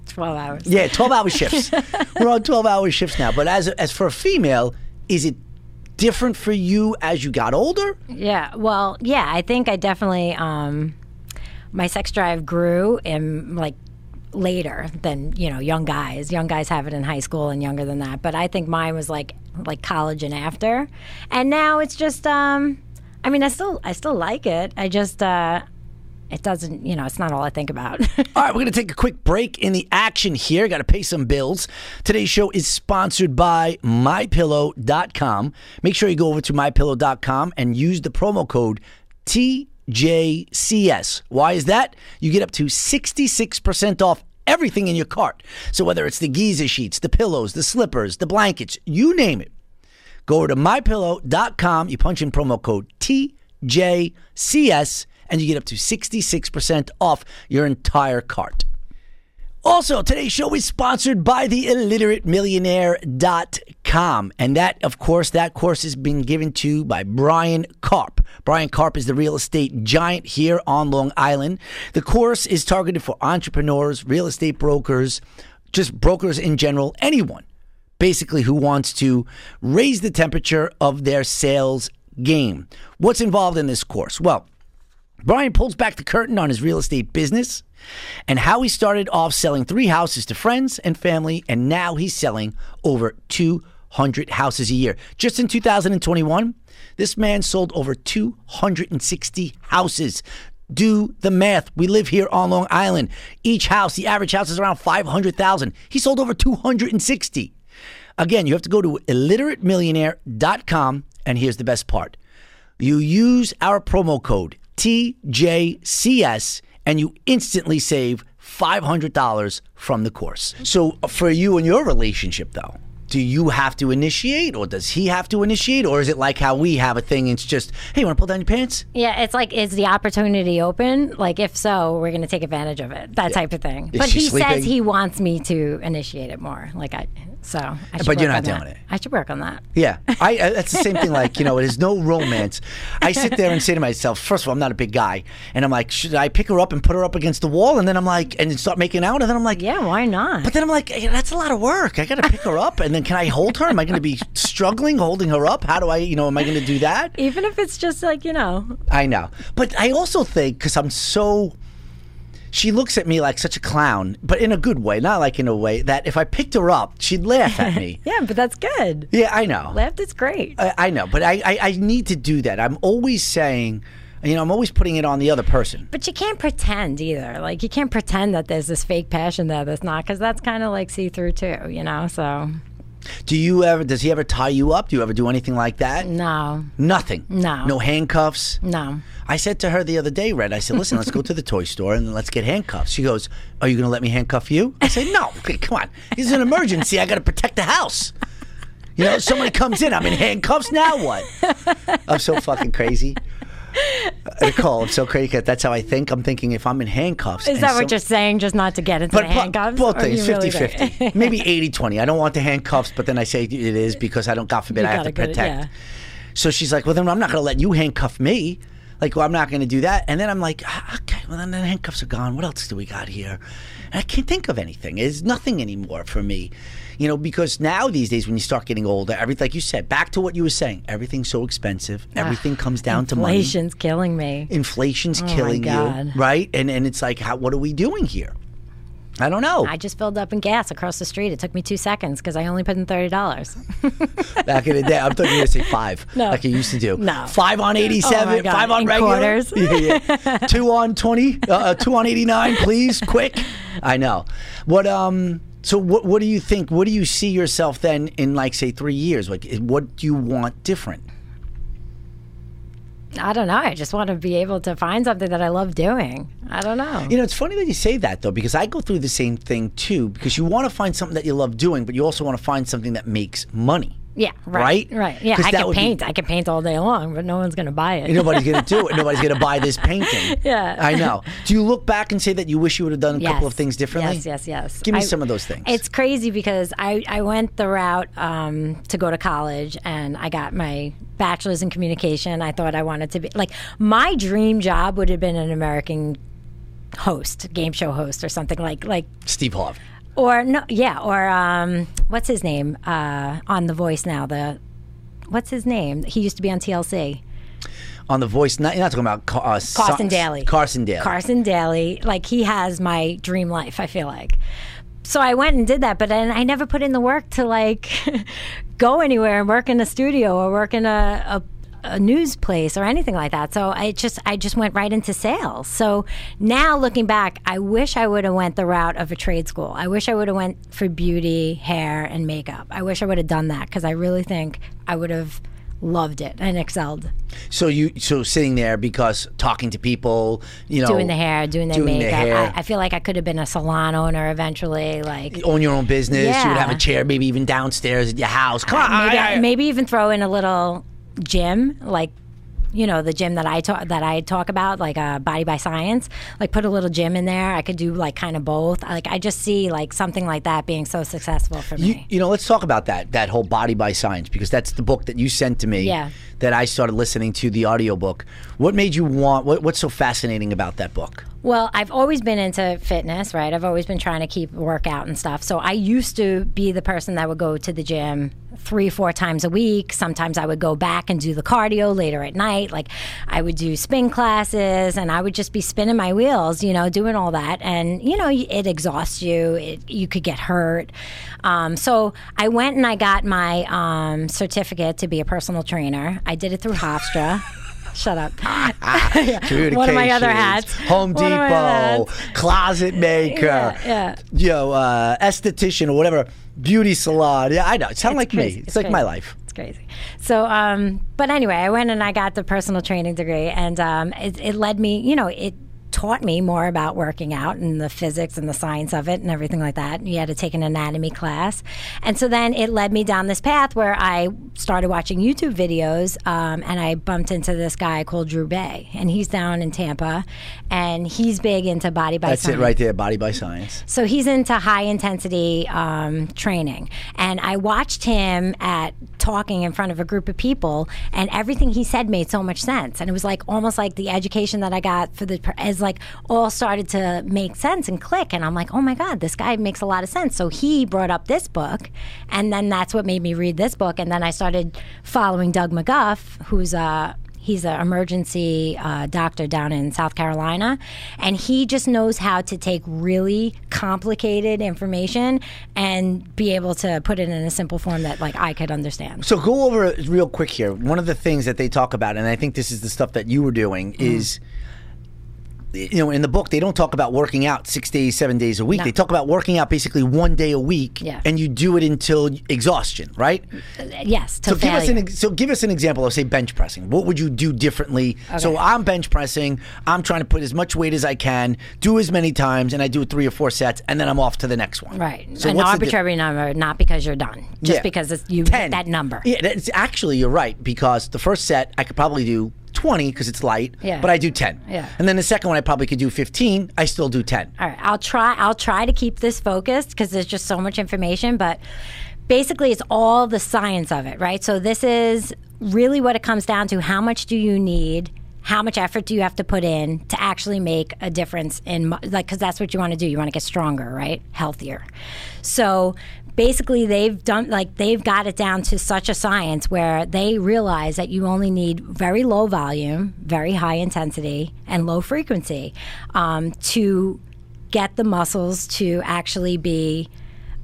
S4: 12 hours.
S1: Yeah, twelve hour shifts. We're on twelve hour shifts now. But as as for a female, is it different for you as you got older?
S4: Yeah. Well, yeah, I think I definitely um my sex drive grew in like later than, you know, young guys. Young guys have it in high school and younger than that, but I think mine was like like college and after. And now it's just um I mean, I still I still like it. I just uh it doesn't, you know, it's not all I think about.
S1: All right, we're going to take a quick break in the action here. Got to pay some bills. Today's show is sponsored by mypillow.com. Make sure you go over to mypillow.com and use the promo code TJCS. Why is that? You get up to 66% off everything in your cart. So whether it's the Giza sheets, the pillows, the slippers, the blankets, you name it. Go over to mypillow.com, you punch in promo code TJCS, and you get up to 66% off your entire cart. Also, today's show is sponsored by the illiteratemillionaire.com. And that, of course, that course has been given to you by Brian Karp. Brian Karp is the real estate giant here on Long Island. The course is targeted for entrepreneurs, real estate brokers, just brokers in general, anyone basically who wants to raise the temperature of their sales game. What's involved in this course? Well, Brian pulls back the curtain on his real estate business and how he started off selling three houses to friends and family, and now he's selling over 200 houses a year. Just in 2021, this man sold over 260 houses. Do the math. We live here on Long Island. Each house, the average house is around 500,000. He sold over 260. Again, you have to go to illiteratemillionaire.com, and here's the best part you use our promo code TJCS and you instantly save $500 from the course. So, uh, for you and your relationship, though, do you have to initiate or does he have to initiate? Or is it like how we have a thing? It's just, hey, you want to pull down your pants?
S4: yeah, it's like is the opportunity open? Like if so, we're going to take advantage of it. That type of thing. but
S1: she
S4: he
S1: sleeping?
S4: says he wants me to initiate it more. Like I so I should
S1: But you're
S4: work
S1: not
S4: on
S1: doing it.
S4: that. I should work on that.
S1: Yeah, I, I that's the same thing. Like you know, it is no romance. I sit there and say to myself, first of all, I'm not a big guy, and I'm like, should I pick her up and put her up against the wall, and then I'm like, and start making out, and then I'm like,
S4: Yeah, why not?
S1: But then I'm like, "Hey, that's a lot of work. I got to pick her up, and then can I hold her? Am I going to be struggling holding her up? How do I, you know, am I going to do that?
S4: Even if it's just like, you know,
S1: I know, but I also think because I'm so. She looks at me like such a clown, but in a good way, not like in a way that if I picked her up, she'd laugh at me.
S4: yeah, but that's good.
S1: yeah, I know.
S4: Left is great.
S1: I, I know, but I, I, I need to do that. I'm always saying, you know, I'm always putting it on the other person.
S4: But you can't pretend either. Like, you can't pretend that there's this fake passion there that's not, because that's kind of like see through too, you know? So,
S1: Do you ever? Does he ever tie you up? Do you ever do anything like that?
S4: no,
S1: Nothing.
S4: No.
S1: No handcuffs.
S4: no.
S1: I said to her the other day, Red, I said, listen, let's go to the toy store and let's get handcuffs. She goes, Are you going to let me handcuff you? I said, No, okay, come on. This is an emergency. I got to protect the house. You know, somebody comes in, I'm in handcuffs. Now what? I'm so fucking crazy. Nicole, I'm so crazy 'cause that's how I think. I'm thinking if I'm in handcuffs.
S4: Is
S1: and
S4: that what
S1: some-
S4: you're saying, just not to get into
S1: but
S4: the
S1: bo-
S4: handcuffs?
S1: both
S4: Or
S1: things,
S4: you really
S1: 50
S4: don't?
S1: 50. Maybe 80 20. I don't want the handcuffs, but then I say it is because I don't, God forbid,
S4: You
S1: I have to
S4: gotta get it,
S1: protect.
S4: yeah.
S1: So she's like, well, then I'm not going to let you handcuff me. Like, well, I'm not going to do that. And then I'm like, ah, okay, well, then the handcuffs are gone. What else do we got here? And I can't think of anything. There's nothing anymore for me, you know, because now these days when you start getting older, everything, like you said, back to what you were saying, everything's so expensive.
S4: Ah,
S1: Everything comes down to money.
S4: Inflation's killing me.
S1: Inflation's killing you,
S4: Oh, God.
S1: right? And and it's like, how, what are we doing here? I don't know.
S4: I just filled up in gas across the street. It took me two seconds because I only put in thirty dollars.
S1: back in the day. I'm thinking you were gonna say five,
S4: No.
S1: like you used to do.
S4: No.
S1: five on
S4: Oh my
S1: eighty-seven,
S4: God,
S1: five on
S4: in
S1: regular,
S4: quarters.
S1: Yeah, yeah. two on twenty, uh, uh, two on eighty-nine, please, quick. I know. What um. So what what do you think? What do you see yourself then in like say three years? Like is- what do you want different?
S4: I don't know. I just want to be able to find something that I love doing. I don't know.
S1: You know, it's funny that you say that though, because I go through the same thing too. Because you want to find something that you love doing, but you also want to find something that makes money.
S4: Yeah, right.
S1: Right?
S4: Yeah,
S1: 'Cause
S4: I
S1: that
S4: can
S1: would be-
S4: paint. I can paint all day long, but no one's going to buy it.
S1: And nobody's going to do it. Nobody's going to buy this painting.
S4: Yeah.
S1: I know. Do you look back and say that you wish you would have done a couple of things differently?
S4: Yes, yes, yes.
S1: Give me some of those things.
S4: It's crazy because I, I went the route um, to go to college and I got my bachelor's in communication. I thought I wanted to be like my dream job would have been an American host, game show host, or something like like
S1: Steve Harvey.
S4: or no, yeah, or um, what's his name uh, on The Voice now? The what's his name? He used to be on TLC.
S1: On The Voice, not, you're not talking about Car- uh, Sa-
S4: Carson Daly.
S1: Carson Daly.
S4: Carson Daly, like he has my dream life, I feel like. So I went and did that, but then I never put in the work to like go anywhere and work in a studio or work in a, a, a news place or anything like that. So I just I just went right into sales. So now looking back, I wish I would have went the route of a trade school. I wish I would have went for beauty, hair, and makeup. I wish I would have done that because I really think I would have loved it and excelled
S1: so you, so sitting there because talking to people, you know,
S4: doing the hair, doing their
S1: Oh. doing the
S4: makeup.
S1: hair.
S4: I, I feel like I could have been a salon owner eventually. Like
S1: own your own business. You would have a
S4: Yeah.
S1: chair, maybe even downstairs at your house. Come on,
S4: maybe,
S1: I- I-
S4: maybe even throw in a little gym, like you know the gym that I talk that I talk about, like uh, Body by Science. Like put a little gym in there. I could do like kind of both. Like I just see like something like that being so successful for
S1: You,
S4: me.
S1: you know, let's talk about that that whole body by science because that's the book that you sent to me.
S4: Yeah.
S1: That I started listening to the audiobook. What made you want? What, what's so fascinating about that book?
S4: Well, I've always been into fitness, right? I've always been trying to keep workout and stuff. So I used to be the person that would go to the gym three, four times a week. Sometimes I would go back and do the cardio later at night. Like I would do spin classes and I would just be spinning my wheels, you know, doing all that. And, you know, y- it exhausts you. It, you could get hurt. Um, so I went and I got my um, certificate to be a personal trainer. I did it through Hofstra. Shut up. One of my other
S1: Communications,
S4: hats.
S1: Home
S4: One of my other
S1: Depot, closet maker,
S4: yeah.
S1: yo, uh, esthetician or whatever, beauty salon. Yeah, I know. It sounds like
S4: crazy.
S1: me. It's,
S4: It's
S1: like my
S4: crazy.
S1: life.
S4: It's crazy. So, um, but anyway, I went and I got the personal training degree, and um, it, it led me, you know, it taught me more about working out and the physics and the science of it and everything like that. And you had to take an anatomy class. And so then it led me down this path where I started watching YouTube videos um, and I bumped into this guy called Drew Bay, and he's down in Tampa and he's big into body by
S1: That's
S4: science.
S1: it right there, body by science.
S4: So he's into high intensity um, training. And I watched him at talking in front of a group of people, and everything he said made so much sense. And it was like almost like the education that I got for the as like all started to make sense and click. And I'm like, oh my God, this guy makes a lot of sense. So he brought up this book, and then that's what made me read this book. And then I started following Doug McGuff, who's a he's an emergency uh, doctor down in South Carolina, and he just knows how to take really complicated information and be able to put it in a simple form that like I could understand.
S1: So go over it real quick here. One of the things that they talk about, and I think this is the stuff that you were doing,
S4: Mm-hmm.
S1: is you know in the book they don't talk about working out six days, seven days a week.
S4: No.
S1: They talk about working out basically one day a week,
S4: Yeah.
S1: and you do it until exhaustion, right?
S4: Yes, to
S1: So give us an
S4: failure.
S1: ex- so give us an example of say bench pressing. What would you do differently? So I'm bench pressing. I'm trying to put as much weight as I can, do as many times, and I do three or four sets, and then I'm off to the next one.
S4: Right,
S1: So
S4: an
S1: what's the di-
S4: arbitrary number, not because you're done, just
S1: Yeah.
S4: because it's, you
S1: Ten.
S4: that number.
S1: Yeah, that's actually you're right because the first set I could probably do. 20 because it's light,
S4: Yeah.
S1: but I do 10.
S4: Yeah.
S1: And then the second one I probably could do 15. I still do 10.
S4: All right, I'll try. I'll try to keep this focused because there's just so much information. But basically, it's all the science of it, right? So this is really what it comes down to: how much do you need? how much effort do you have to put in to actually make a difference in mu- like because that's what you want to do. You want to get stronger, right? Healthier. So basically they've done like they've got it down to such a science where they realize that you only need very low volume very high intensity and low frequency um, to get the muscles to actually be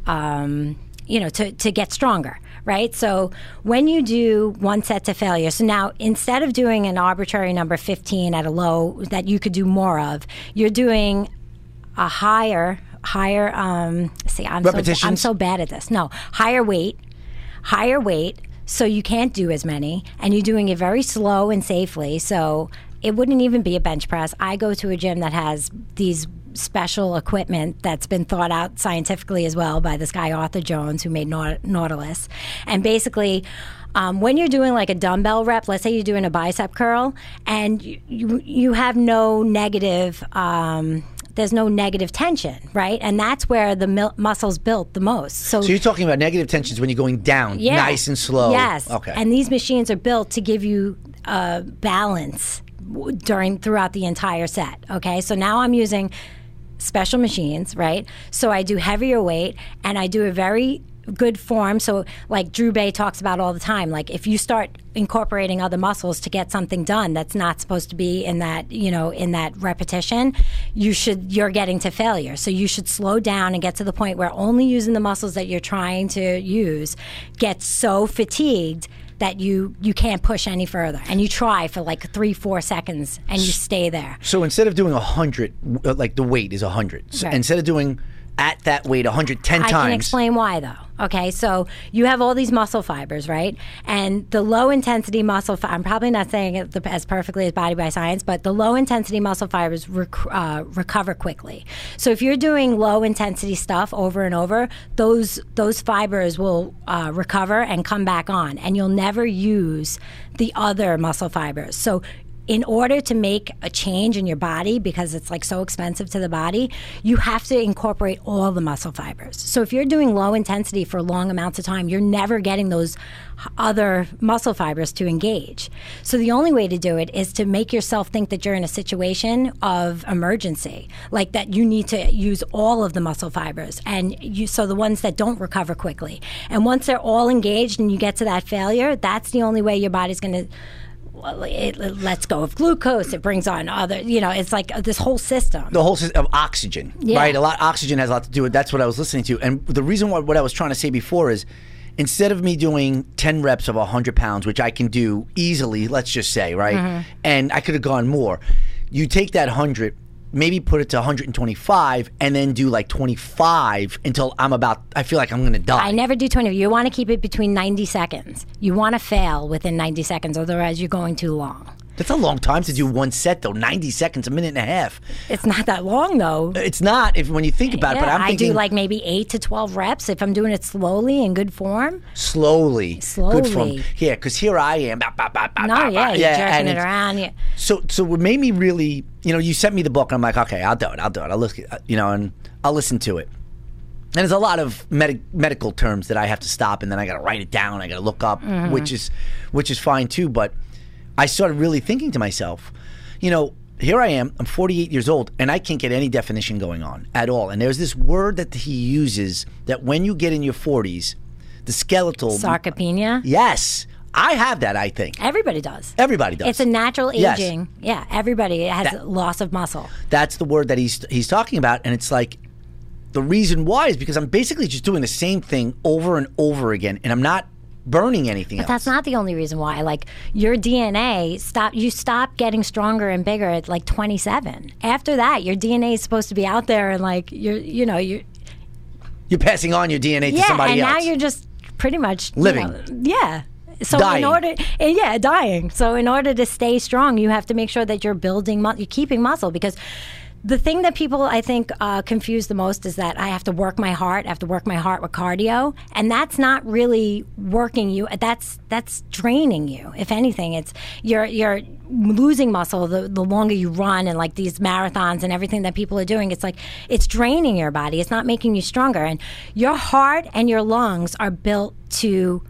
S4: um, you know to, to get stronger right so when you do one set to failure so now instead of doing an arbitrary number 15 at a low that you could do more of you're doing a higher higher um see I'm so, I'm
S1: Repetitions?
S4: so bad at this no higher weight higher weight so you can't do as many and you're doing it very slow and safely so it wouldn't even be a bench press I go to a gym that has these special equipment that's been thought out scientifically as well by this guy Arthur Jones who made Nau- Nautilus and basically um, when you're doing like a dumbbell rep, let's say you're doing a bicep curl, and you you, you have no negative, um, there's no negative tension, right? And that's where the mil- muscles built the most. So,
S1: So you're talking about negative tensions when you're going down,
S4: yeah.
S1: nice and slow.
S4: Yes.
S1: Okay.
S4: And these machines are built to give you uh, balance w- during throughout the entire set. Okay. So now I'm using special machines, right? So I do heavier weight and I do a very good form. So like Drew Bay talks about all the time, like if you start incorporating other muscles to get something done that's not supposed to be in that, you know, in that repetition, you should you're getting to failure. So you should slow down and get to the point where only using the muscles that you're trying to use get so fatigued that you you can't push any further and you try for like 3 4 seconds and you stay there.
S1: so instead of doing 100, uh, like the weight is 100, so
S4: Right.
S1: instead of doing at that weight 110
S4: I
S1: times.
S4: can explain why though. Okay, so you have all these muscle fibers, right? And the low intensity muscle, fi- I'm probably not saying it the, as perfectly as Body by Science, but the low intensity muscle fibers rec- uh, recover quickly. So if you're doing low intensity stuff over and over, those those fibers will uh, recover and come back on, and you'll never use the other muscle fibers. So in order to make a change in your body because it's like so expensive to the body you have to incorporate all the muscle fibers so if you're doing low intensity for long amounts of time you're never getting those h- other muscle fibers to engage so the only way to do it is to make yourself think that you're in a situation of emergency like that you need to use all of the muscle fibers and you so the ones that don't recover quickly and once they're all engaged and you get to that failure that's the only way your body's going to well, it, it lets go of glucose. It brings on other, you know, it's like uh, this whole system.
S1: the whole system of oxygen,
S4: Yeah.
S1: right? A lot oxygen has a lot to do with that's what I was listening to, and the reason why what I was trying to say before is instead of me doing ten reps of hundred pounds, which I can do easily, let's just say, right,
S4: Mm-hmm.
S1: and I could have gone more. You take that hundred. Maybe put it to 125 and then do like 25 until I'm about, I feel like I'm gonna die.
S4: I never do 20. You want to keep it between 90 seconds. You want to fail within 90 seconds, otherwise, you're going too long.
S1: That's a long time to do one set though 90 seconds, a minute and a half.
S4: It's not that long, though.
S1: It's not if when you think about it, but
S4: Yeah,
S1: I'm
S4: I
S1: thinking
S4: do like maybe 8 to 12 reps if I'm doing it slowly in good form.
S1: slowly. Good
S4: Slowly.
S1: from here, because here I am. Bah, bah, bah, bah,
S4: No,
S1: bah, bah.
S4: yeah, you're
S1: Ah, and
S4: jerking it
S1: it's-
S4: around. you-
S1: So, so what made me really, you know, you sent me the book, and I'm like, okay, I'll do it, I'll do it, I'll look, uh, you know, and I'll listen to it. And there's a lot of med- medical terms that I have to stop, and then I got to write it down, I got to look up,
S4: Mm-hmm.
S1: which is, which is fine too. But I started really thinking to myself, you know, here I am, I'm 48 years old, and I can't get any definition going on at all. And there's this word that he uses that when you get in your 40s, the skeletal
S4: Sarcopenia.
S1: Yes, I have that. I think
S4: Everybody does.
S1: everybody does.
S4: It's a natural
S1: Yes.
S4: aging. Yeah, everybody has loss of muscle.
S1: that's the word that he's he's talking about and it's like the reason why is because I'm basically just doing the same thing over and over again and I'm not burning anything else.
S4: That's not the only reason why. Like your DNA stop you stop getting stronger and bigger at like 27. After that, your DNA is supposed to be out there and like you're you know you
S1: you're passing on your DNA to
S4: yeah,
S1: somebody
S4: and
S1: else.
S4: now you're just pretty much you
S1: Living.
S4: know, yeah. So
S1: Dying.
S4: in order, eh, yeah, dying. So in order to stay strong, you have to make sure that you're building, mu- you're keeping muscle because. The thing that people I think uh, confuse the most is that I have to work my heart. I have to work my heart with cardio, and that's not really working you. That's that's draining you. If anything, it's you're you're losing muscle the, the longer you run and like these marathons and everything that people are doing it's like it's draining your body it's not making you stronger and your heart and your lungs are built to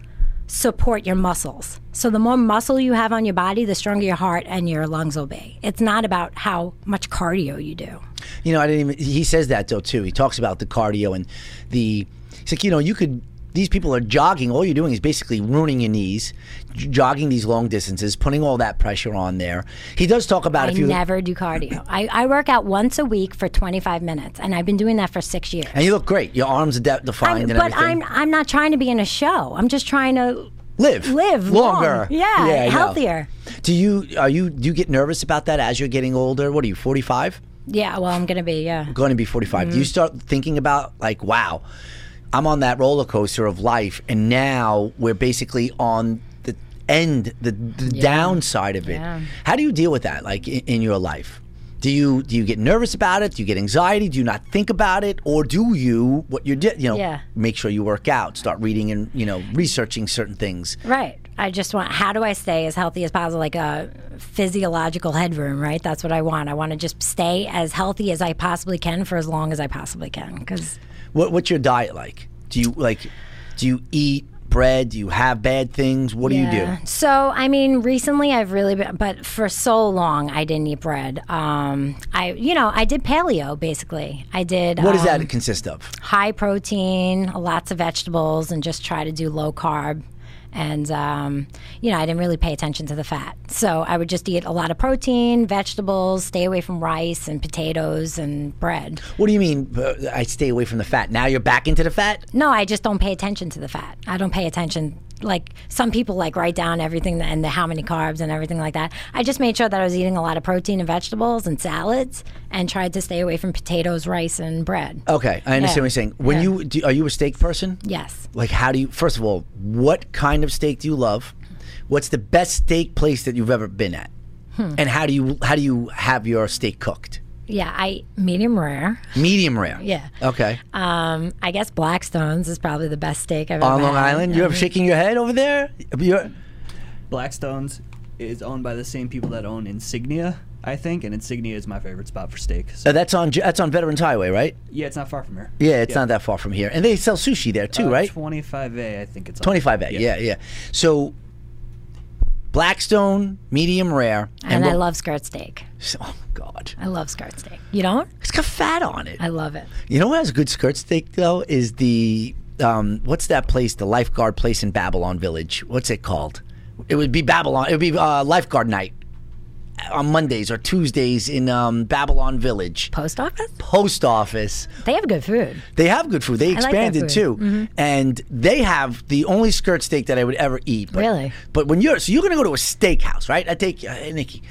S4: support your muscles. So the more muscle you have on your body, the stronger your heart and your lungs will be. It's not about how much cardio you do.
S1: You know, I didn't even. He says that though too. He talks about the cardio and the. He's like, you know, you could. These people are jogging. All you're doing is basically ruining your knees, j- jogging these long distances, putting all that pressure on there. He does talk about
S4: I
S1: if you
S4: never do cardio. I, I work out once a week for 25 minutes, and I've been doing that for six years.
S1: and you look great. Your arms are de- defined
S4: I'm-
S1: and
S4: but
S1: everything.
S4: I'm I'm not trying to be in a show. I'm just trying to
S1: live,
S4: live
S1: longer,
S4: long. Yeah,
S1: I know.
S4: healthier.
S1: Do you are you do you get nervous about that as you're getting older? What are you, 45?
S4: Yeah, well, I'm gonna be. Yeah,
S1: Going to be 45.
S4: Mm.
S1: Do you start thinking about like, wow, I'm on that roller coaster of life, and now we're basically on the end, the, the downside of it.
S4: Yeah.
S1: How do you deal with that, like in, in your life? Do you do you get nervous about it? Do you get anxiety? Do you not think about it, or do you what you did? You know,
S4: Yeah.
S1: make sure you work out, start reading and you know researching certain things.
S4: right. I just want. How do I stay as healthy as possible? Like a physiological headroom, right? That's what I want. I want to just stay as healthy as I possibly can for as long as I possibly can. Because
S1: What, what's your diet like? Do you like? Do you eat bread? Do you have bad things? What do you do?
S4: So, I mean, recently I've really been, but for so long I didn't eat bread. Um, I, you know, I did paleo basically. I did.
S1: What does
S4: um,
S1: that consist of?
S4: high protein, lots of vegetables, and just try to do low carb. And, um, you know, I didn't really pay attention to the fat. So I would just eat a lot of protein, vegetables, stay away from rice and potatoes and bread.
S1: What do you mean? uh, I stay away from the fat. Now you're back into the fat.
S4: No, I just don't pay attention to the fat. I don't pay attention. Like some people, like write down everything and the, how many carbs and everything like that. I just made sure that I was eating a lot of protein and vegetables and salads, and tried to stay away from potatoes, rice, and bread.
S1: Okay, I understand
S4: Yeah.
S1: what you're saying. When
S4: Yeah.
S1: you do, are you a steak person?
S4: Yes.
S1: Like, how do you? First of all, what kind of steak do you love? What's the best steak place that you've ever been at?
S4: Hmm.
S1: And how do you how do you have your steak cooked?
S4: Yeah, I medium rare.
S1: Medium rare.
S4: Yeah.
S1: Okay.
S4: Um, I guess Blackstone's is probably the best steak I've
S1: On
S4: ever
S1: Long
S4: had.
S1: Island, you're shaking your head over there. You're,
S5: Blackstone's is owned by the same people that own Insignia, I think, and Insignia is my favorite spot for steak. So,
S1: uh, that's on J- that's on Veterans Highway, right?
S5: yeah, it's not far from here.
S1: Yeah, it's not that far from here, and they sell sushi there too, right?
S5: Twenty five A, I think it's on.
S1: Twenty five A.
S5: Uh, Yeah.
S1: Yeah, yeah. So. Blackstone, medium rare,
S4: And I
S1: what-
S4: love skirt steak.
S1: Oh my god,
S4: I love skirt steak. You don't?
S1: it's got fat on it.
S4: I love it.
S1: You know what has a good skirt steak though is the um, what's that place? The lifeguard place in Babylon Village. What's it called? It would be Babylon. It would be uh, lifeguard night on Mondays or Tuesdays in um, Babylon Village
S4: Post office?
S1: post office.
S4: They have good food.
S1: They have good food. They
S4: like that
S1: expanded
S4: food. Mm-hmm.
S1: too, and they have the only skirt steak that I would ever eat. But,
S4: Really?
S1: But when you're so you're gonna go to a steakhouse, right? I take uh, hey, Nikki,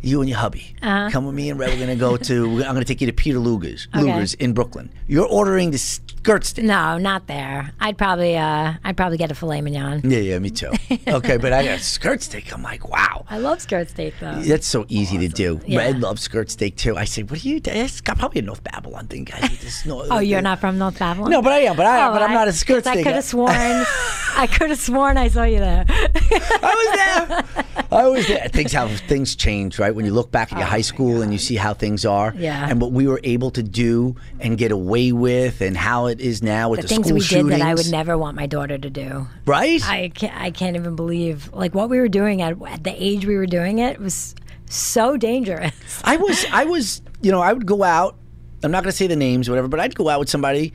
S1: you and your hubby,
S4: Uh-huh.
S1: come with me, and Red. We're gonna go to. I'm gonna take you to Peter Luger's, Luger's in Brooklyn. You're ordering the skirt steak.
S4: No, not there. I'd probably uh I'd probably get a filet mignon.
S1: Yeah, yeah, me too. okay, but I got skirt steak. I'm like, wow.
S4: I love skirt steak though.
S1: That's so easy to do.
S4: Yeah.
S1: Red loves skirt steak too. I say, what do you? It's got probably a North Babylon thing, guys. It's not-
S4: Oh, you're not from North Babylon?
S1: No, but I am. But I am.
S4: Oh,
S1: but I'm not a skirt
S4: I
S1: steak.
S4: could have sworn I could have sworn I saw you there.
S1: I was there. I was there. Things how things change, right? When you look back at your high school and you see how things are,
S4: Oh Yeah.
S1: and what we were able to do and get away with, and how it is now with
S4: The
S1: the,
S4: things
S1: school
S4: we
S1: shootings,
S4: did that I would never want my daughter to do.
S1: right?
S4: I can't, I can't even believe like what we were doing at, at the age we were doing it was so dangerous.
S1: I was, I was, you know, I would go out. I'm not going to say the names, or whatever, but I'd go out with somebody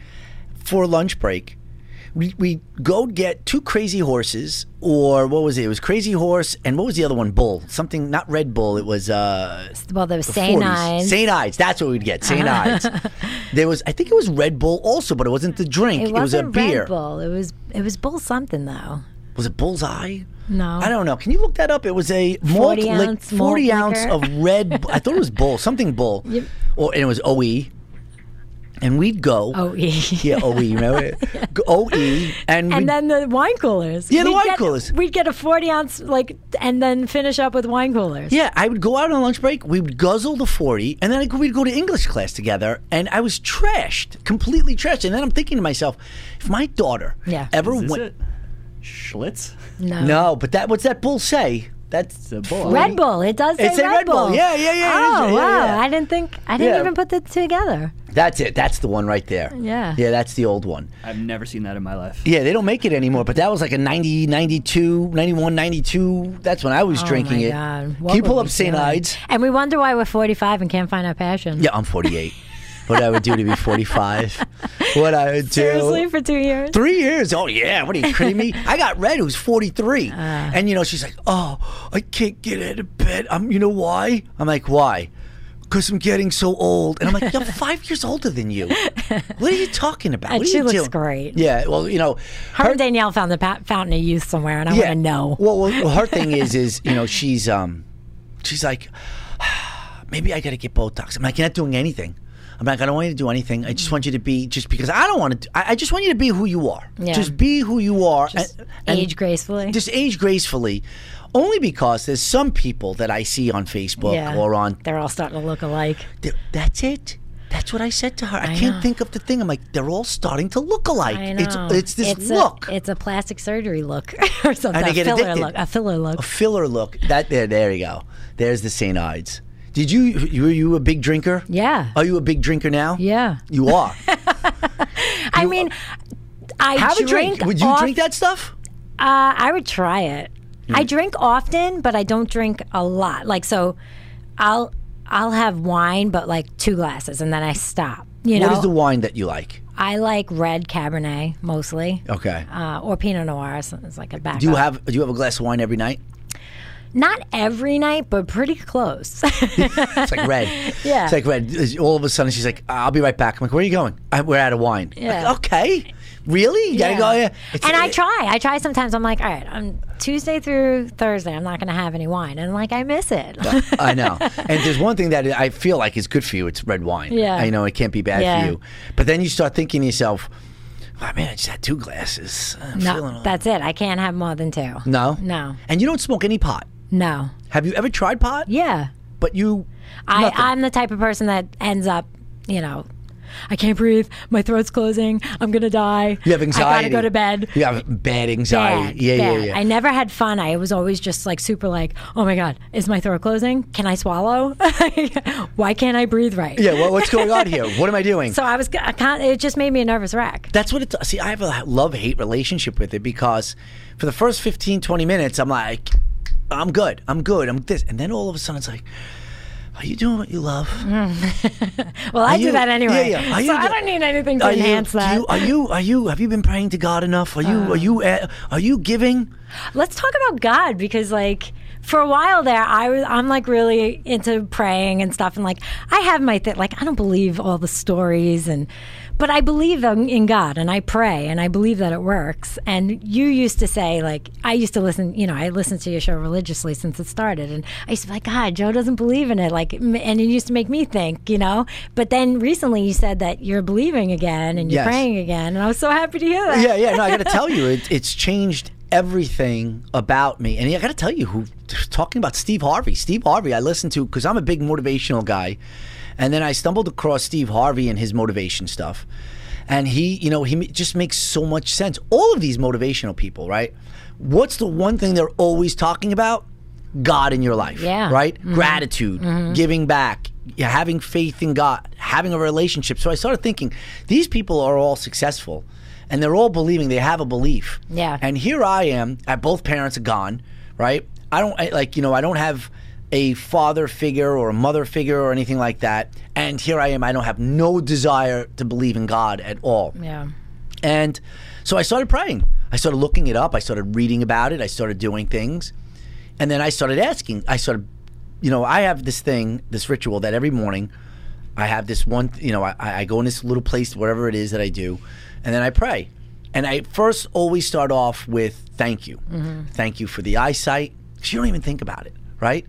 S1: for lunch break. We we go get two crazy horses, or what was it? It was crazy horse, and what was the other one? Bull, something not Red Bull. It was uh,
S4: Well, there was
S1: St.
S4: Sanine.
S1: St. Ides. That's what we'd get. St.
S4: Uh-huh.
S1: Ides. There was, I think it was Red Bull also, but it wasn't the drink. It, was a
S4: wasn't
S1: beer.
S4: Red Bull. It was it was Bull something though.
S1: Was it Bullseye?
S4: No.
S1: I don't know. Can you look that up? It was a malt
S4: 40
S1: lic-
S4: ounce malt
S1: 40 ounce
S4: liquor.
S1: of Red Bull. I thought it was Bull, something Bull. Or, and it was OE. And we'd go.
S4: Oh, yeah.
S1: Yeah, OE, remember? Go- OE. And,
S4: And
S1: we'd-
S4: then the wine coolers.
S1: Yeah, the
S4: We'd
S1: wine
S4: get-
S1: coolers.
S4: We'd get a forty ounce like, and then finish up with wine coolers.
S1: Yeah, I would go out on lunch break. We would guzzle the 40, and then I- we'd go to English class together. And I was trashed, completely trashed. And then I'm thinking to myself, if my daughter
S4: Yeah. Oh.
S1: ever
S5: Is this
S1: went.
S5: it? Schlitz.
S4: No.
S1: No, but that what's that bull say? That's
S5: It's a bull.
S4: Red Bull. It does say
S1: It said Red Bull. Yeah, yeah, yeah, it is.
S4: Oh
S1: Yeah,
S4: wow!
S1: yeah.
S4: I didn't think I didn't
S1: Yeah.
S4: even put the two together.
S1: That's it. That's the one right there.
S4: Yeah.
S1: Yeah, that's the old one.
S5: I've never seen that in my life.
S1: Yeah, they don't make it anymore, but that was like a 90, 92, 91, 92. That's when I was drinking
S4: oh my
S1: it.
S4: God. What
S1: Can you pull
S4: were
S1: up
S4: we
S1: St.
S4: doing?
S1: Ides?
S4: And we wonder why we're 45 and can't find our passion.
S1: Yeah, I'm 48. what I would do to be 45. What I would do.
S4: Seriously, for two years.
S1: Three years. Oh yeah. What are you kidding me? I got Red, who's forty three,
S4: Uh.
S1: and you know she's like, "Oh, I can't get out of bed. I'm, you know why? I'm like, why? Because I'm getting so old." And I'm like, "I'm five years older than you. What are you talking about?
S4: And
S1: What are
S4: she
S1: you
S4: looks
S1: doing?"
S4: great.
S1: Yeah. Well, you know,
S4: Her, and Danielle found the pa- fountain of youth somewhere, and I want to know.
S1: Well, well, well, her thing is, is you know, she's um, she's like, maybe I got to get Botox. I'm like, you're not doing anything. I'm like, I don't want you to do anything. I just want you to be just because I don't want to. I, I just want you to be who you are.
S4: Yeah.
S1: Just be who you are.
S4: Just
S1: and-
S4: age gracefully.
S1: Just age gracefully. Only because there's some people that I see on Facebook
S4: yeah.
S1: or on
S4: They're all starting to look alike.
S1: they're- that's it. That's what I said to her. I,
S4: I
S1: can't
S4: know.
S1: think of the thing. I'm like, they're all starting to look alike.
S4: I know.
S1: It's it's this
S4: a-
S1: look,
S4: it's a plastic surgery look or something.
S1: they
S4: a
S1: get
S4: filler
S1: addicted.
S4: look. A filler look.
S1: a filler look. That there, there you go. There's the St. Ides. Did you you- were you a big drinker?
S4: Yeah.
S1: Are you a big drinker now?
S4: Yeah.
S1: You are.
S4: I mean, I
S1: Have
S4: drink.
S1: a drink. Would you
S4: off-
S1: drink that stuff?
S4: Uh, I would try it. I drink often, but I don't drink a lot. Like so, I'll I'll have wine, but like two glasses, and then I stop. You know,
S1: What is the wine that you like?
S4: I like red Cabernet mostly,
S1: Okay.
S4: uh, or Pinot Noir. so It's like a back.
S1: do you have do you have a glass of wine every night?
S4: not every night, but pretty close.
S1: It's like red.
S4: Yeah.
S1: It's like red. All of a sudden, she's like, "I'll be right back." I'm like, "Where are you going?" I, we're out of wine.
S4: Yeah.
S1: Like, okay. Really? You gotta
S4: Yeah.
S1: go. Yeah. It's-
S4: and I
S1: it-
S4: try. I try sometimes. I'm like, all right, I'm Tuesday through Thursday. I'm not going to have any wine, and like I miss it.
S1: I know. And there's one thing that I feel like is good for you. It's red wine.
S4: Yeah.
S1: I know it can't be bad
S4: Yeah.
S1: for you. But then you start thinking to yourself, oh, man, I just had two glasses. I'm feeling
S4: no,
S1: all-"
S4: that's it. I can't have more than two.
S1: no?
S4: No.
S1: And you don't smoke any pot.
S4: No.
S1: Have you ever tried pot?
S4: Yeah.
S1: But you.
S4: I,
S1: nothing.
S4: I'm the type of person that ends up, you know, I can't breathe. My throat's closing. I'm gonna die.
S1: You have anxiety.
S4: I gotta go to bed.
S1: You have bad anxiety.
S4: Bad,
S1: yeah, yeah,
S4: bad.
S1: yeah.
S4: I never had fun. I was always just like super like, oh my god, is my throat closing? Can I swallow? Why can't I breathe right?
S1: yeah, well, what's going on here? What am I doing?
S4: So I was. I can't, it just made me a nervous wreck.
S1: That's what it See, I have a love hate relationship with it because for the first 15, 20 minutes, I'm like, I'm good. I'm good. I'm this. And then all of a sudden, it's like, are you doing what you love?
S4: Well, Mm-hmm. I
S1: Are you-
S4: do that anyway.
S1: Yeah, yeah. Are
S4: So
S1: you
S4: I
S1: the-
S4: don't need anything to
S1: Are you-
S4: enhance
S1: do
S4: that.
S1: you- are you? Are you? Have you been praying to God enough? Are you? are you? uh, Are you giving?
S4: Let's talk about God because like for a while there I was I'm like really into praying and stuff and like I have my thing like I don't believe all the stories and but I believe in in God and I pray and I believe that it works and you used to say like I used to listen you know I listened to your show religiously since it started and I used to be like God Joe doesn't believe in it like m- and it used to make me think you know but then recently you said that you're believing again and you're
S1: Yes.
S4: praying again and I was so happy to hear that
S1: Yeah, yeah. No, I got to tell you, it, it's changed everything about me. And I got to tell you, who talking about Steve Harvey? Steve Harvey, I listen to because I'm a big motivational guy, and then I stumbled across Steve Harvey and his motivation stuff, and he, you know, he ma- just makes so much sense. All of these motivational people, right? What's the one thing they're always talking about? God in your life,
S4: Yeah.
S1: right? Mm-hmm. Gratitude,
S4: Mm-hmm.
S1: giving back, yeah, having faith in God, having a relationship. So I started thinking, these people are all successful, and they're all believing they have a belief.
S4: Yeah.
S1: And here I am. I, both parents are gone, right? I don't I, like you know I don't have a father figure or a mother figure or anything like that. And here I am. I don't have no desire to believe in God at all.
S4: yeah
S1: And so I started praying. I started looking it up. I started reading about it. I started doing things. And then I started asking. I started, you know, I have this thing, this ritual that every morning I have this one, you know, I, I go in this little place, whatever it is that I do, and then I pray. And I first always start off with thank you. Thank you for the eyesight. 'cause you don't even think about it, right?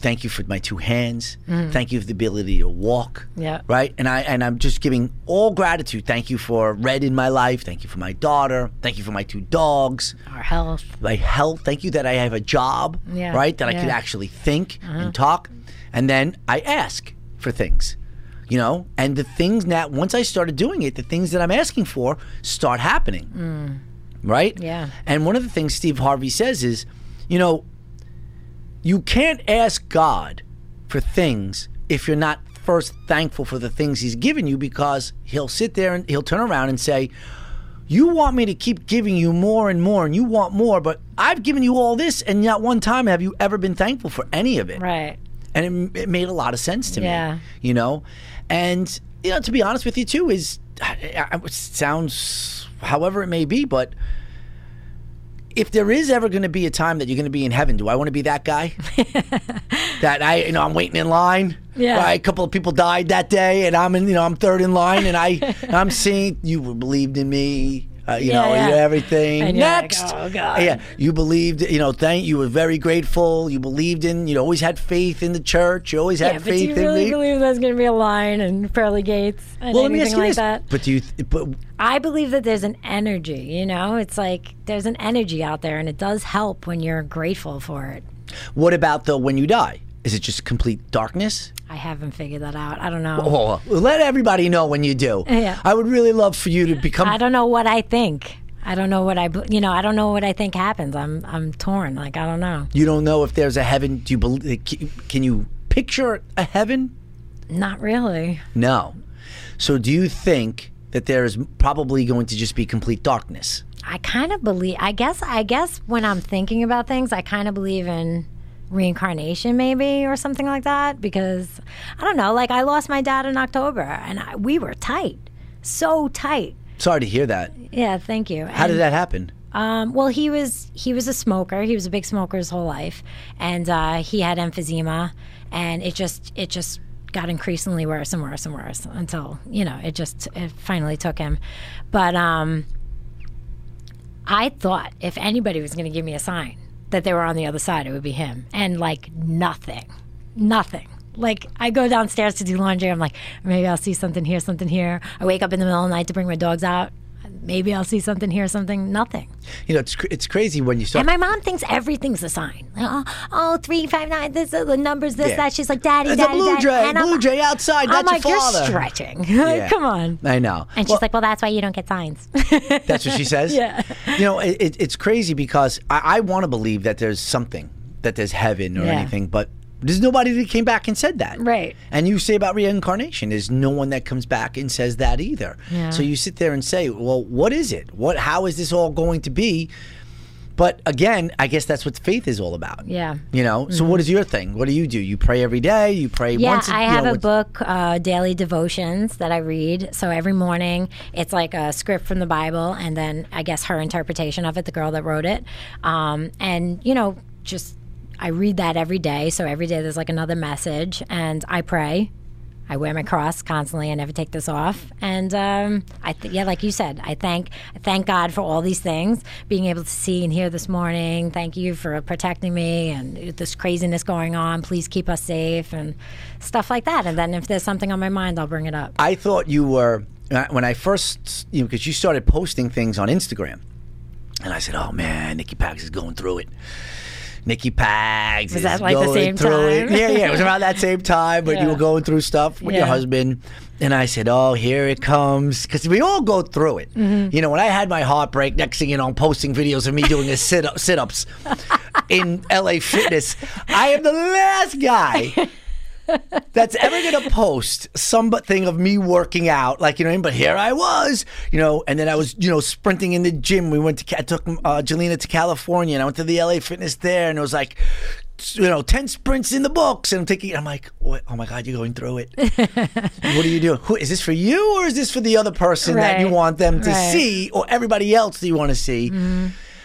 S1: Thank you for my two hands. Thank you for the ability to walk.
S4: Yeah.
S1: Right? And I and I'm just giving all gratitude. Thank you for red in my life. Thank you for my daughter. Thank you for my two dogs
S4: our health
S1: my health. Thank you that I have a job,
S4: Yeah,
S1: right? That I
S4: yeah. Uh-huh.
S1: could actually think and talk. And then I ask for things, you know? And the things that, once I started doing it, the things that I'm asking for start happening, right?
S4: Mm. Yeah.
S1: And one of the things Steve Harvey says is, you know, you can't ask God for things if you're not first thankful for the things he's given you because he'll sit there and he'll turn around and say, You want me to keep giving you more and more, and you want more, but I've given you all this, and not one time have you ever been thankful for any of it
S4: Right.
S1: and it, it made a lot of sense to
S4: Yeah.
S1: me. You know, and you know to be honest with you too is I, I, it sounds however it may be, but if there is ever going to be a time that you're going to be in heaven, do I want to be that guy? that I you know I'm waiting in line.
S4: Yeah.
S1: Right, a couple of people died that day, and I'm in you know I'm third in line, and I and I'm seeing you believed in me. Uh, you
S4: Yeah,
S1: know
S4: yeah.
S1: everything
S4: And you're like,
S1: next
S4: "Oh, God."
S1: yeah you believed you know thank you were very grateful you believed in you always had faith in the church you always had
S4: Yeah, but do
S1: faith
S4: you really
S1: in me
S4: believe there's going to be a line and pearly gates and
S1: well let me
S4: anything
S1: ask you
S4: like
S1: this
S4: that?
S1: but do you th- but
S4: I believe that there's an energy, you know? It's like there's an energy out there and it does help when you're grateful for it.
S1: what about though when you die is it just complete darkness
S4: I haven't figured that out. I don't know.
S1: oh let everybody know when you do
S4: Yeah.
S1: i would really love for you to become
S4: I don't know what I think. I don't know what I, be- you know, I don't know what I think happens. I'm, I'm torn. Like I don't know.
S1: you don't know if there's a heaven do you believe can you picture a heaven
S4: Not really.
S1: no so do you think that there is probably going to just be complete darkness
S4: I kind of believe. I guess. I guess when I'm thinking about things, I kind of believe in reincarnation, maybe or something like that. Because I don't know. Like I lost my dad in October, and I, we were tight, so tight.
S1: sorry to hear that
S4: Yeah, thank you.
S1: how did that happen
S4: Um, well, he was he was a smoker. He was a big smoker his whole life, and uh, he had emphysema, and it just it just got increasingly worse and worse and worse until you know it just it finally took him. But um, I thought if anybody was going to give me a sign that they were on the other side, it would be him, and like nothing, nothing. Like I go downstairs to do laundry, I'm like maybe I'll see something here, something here. I wake up in the middle of the night to bring my dogs out. Maybe I'll see something here, something, nothing.
S1: you know it's, cr- it's crazy when you start
S4: And my mom thinks everything's a sign. Like, oh, oh, three, five, nine. This uh, the numbers. This
S1: Yeah.
S4: that. She's like, daddy,
S1: It's a
S4: daddy,
S1: blue
S4: daddy.
S1: jay,
S4: And I'm-
S1: blue jay outside.
S4: I'm
S1: That's
S4: like,
S1: your
S4: you're
S1: father.
S4: stretching.
S1: Yeah.
S4: Come on.
S1: I know.
S4: And she's
S1: Well,
S4: like, well, that's why you don't get signs.
S1: that's what she says.
S4: Yeah.
S1: You know, it, it, it's crazy because I, I want to believe that there's something, that there's heaven or
S4: Yeah.
S1: anything, but there's nobody that came back and said that.
S4: Right.
S1: And you say about reincarnation, there's no one that comes back and says that either.
S4: Yeah.
S1: So you sit there and say, well, what is it? What? How is this all going to be? But again, I guess that's what faith is all about.
S4: Yeah. Mm-hmm.
S1: You know. So what is your thing? What do you do? You pray every day. You pray
S4: Yeah,
S1: once.
S4: I
S1: you
S4: have
S1: know,
S4: a
S1: it's-
S4: book, uh, Daily Devotions, that I read. So every morning, it's like a script from the Bible, and then I guess her interpretation of it, the girl that wrote it. Um, and, you know, just I read that every day. So every day there's like another message, and I pray. I wear my cross constantly. I never take this off, and um, I th- yeah, like you said, I thank I thank God for all these things, being able to see and hear this morning. Thank you for protecting me and this craziness going on. Please keep us safe and stuff like that. And then if there's something on my mind, I'll bring it up.
S1: I thought you were uh, when I first, you know, because you started posting things on Instagram, and I said, "Oh man, Nikki Pags is going through it." Nikki Pags is
S4: that like the
S1: going
S4: same
S1: through it.
S4: time?
S1: Yeah, yeah, it was around that same time, but you
S4: Yeah.
S1: were going through stuff with your
S4: Yeah.
S1: husband, and I said, "Oh, here it comes," because we all go through it.
S4: Mm-hmm.
S1: You know, when I had my heartbreak, next thing you know, I'm posting videos of me doing a sit up, sit ups in LA Fitness. I am the last guy that's ever gonna post something of me working out, like you know. what I mean? But here I was, you know, and then I was, you know, sprinting in the gym. We went to, Ca- I took uh, Jelena to California, and I went to the LA Fitness there, and it was like, you know, ten sprints in the books, and I'm thinking, I'm like, what? oh my god, you're going through it. what are you doing? Who is this for you, or is this for the other person that you
S4: Right.
S1: want them to
S4: Right. Mm-hmm.
S1: see, or everybody else that you want to see?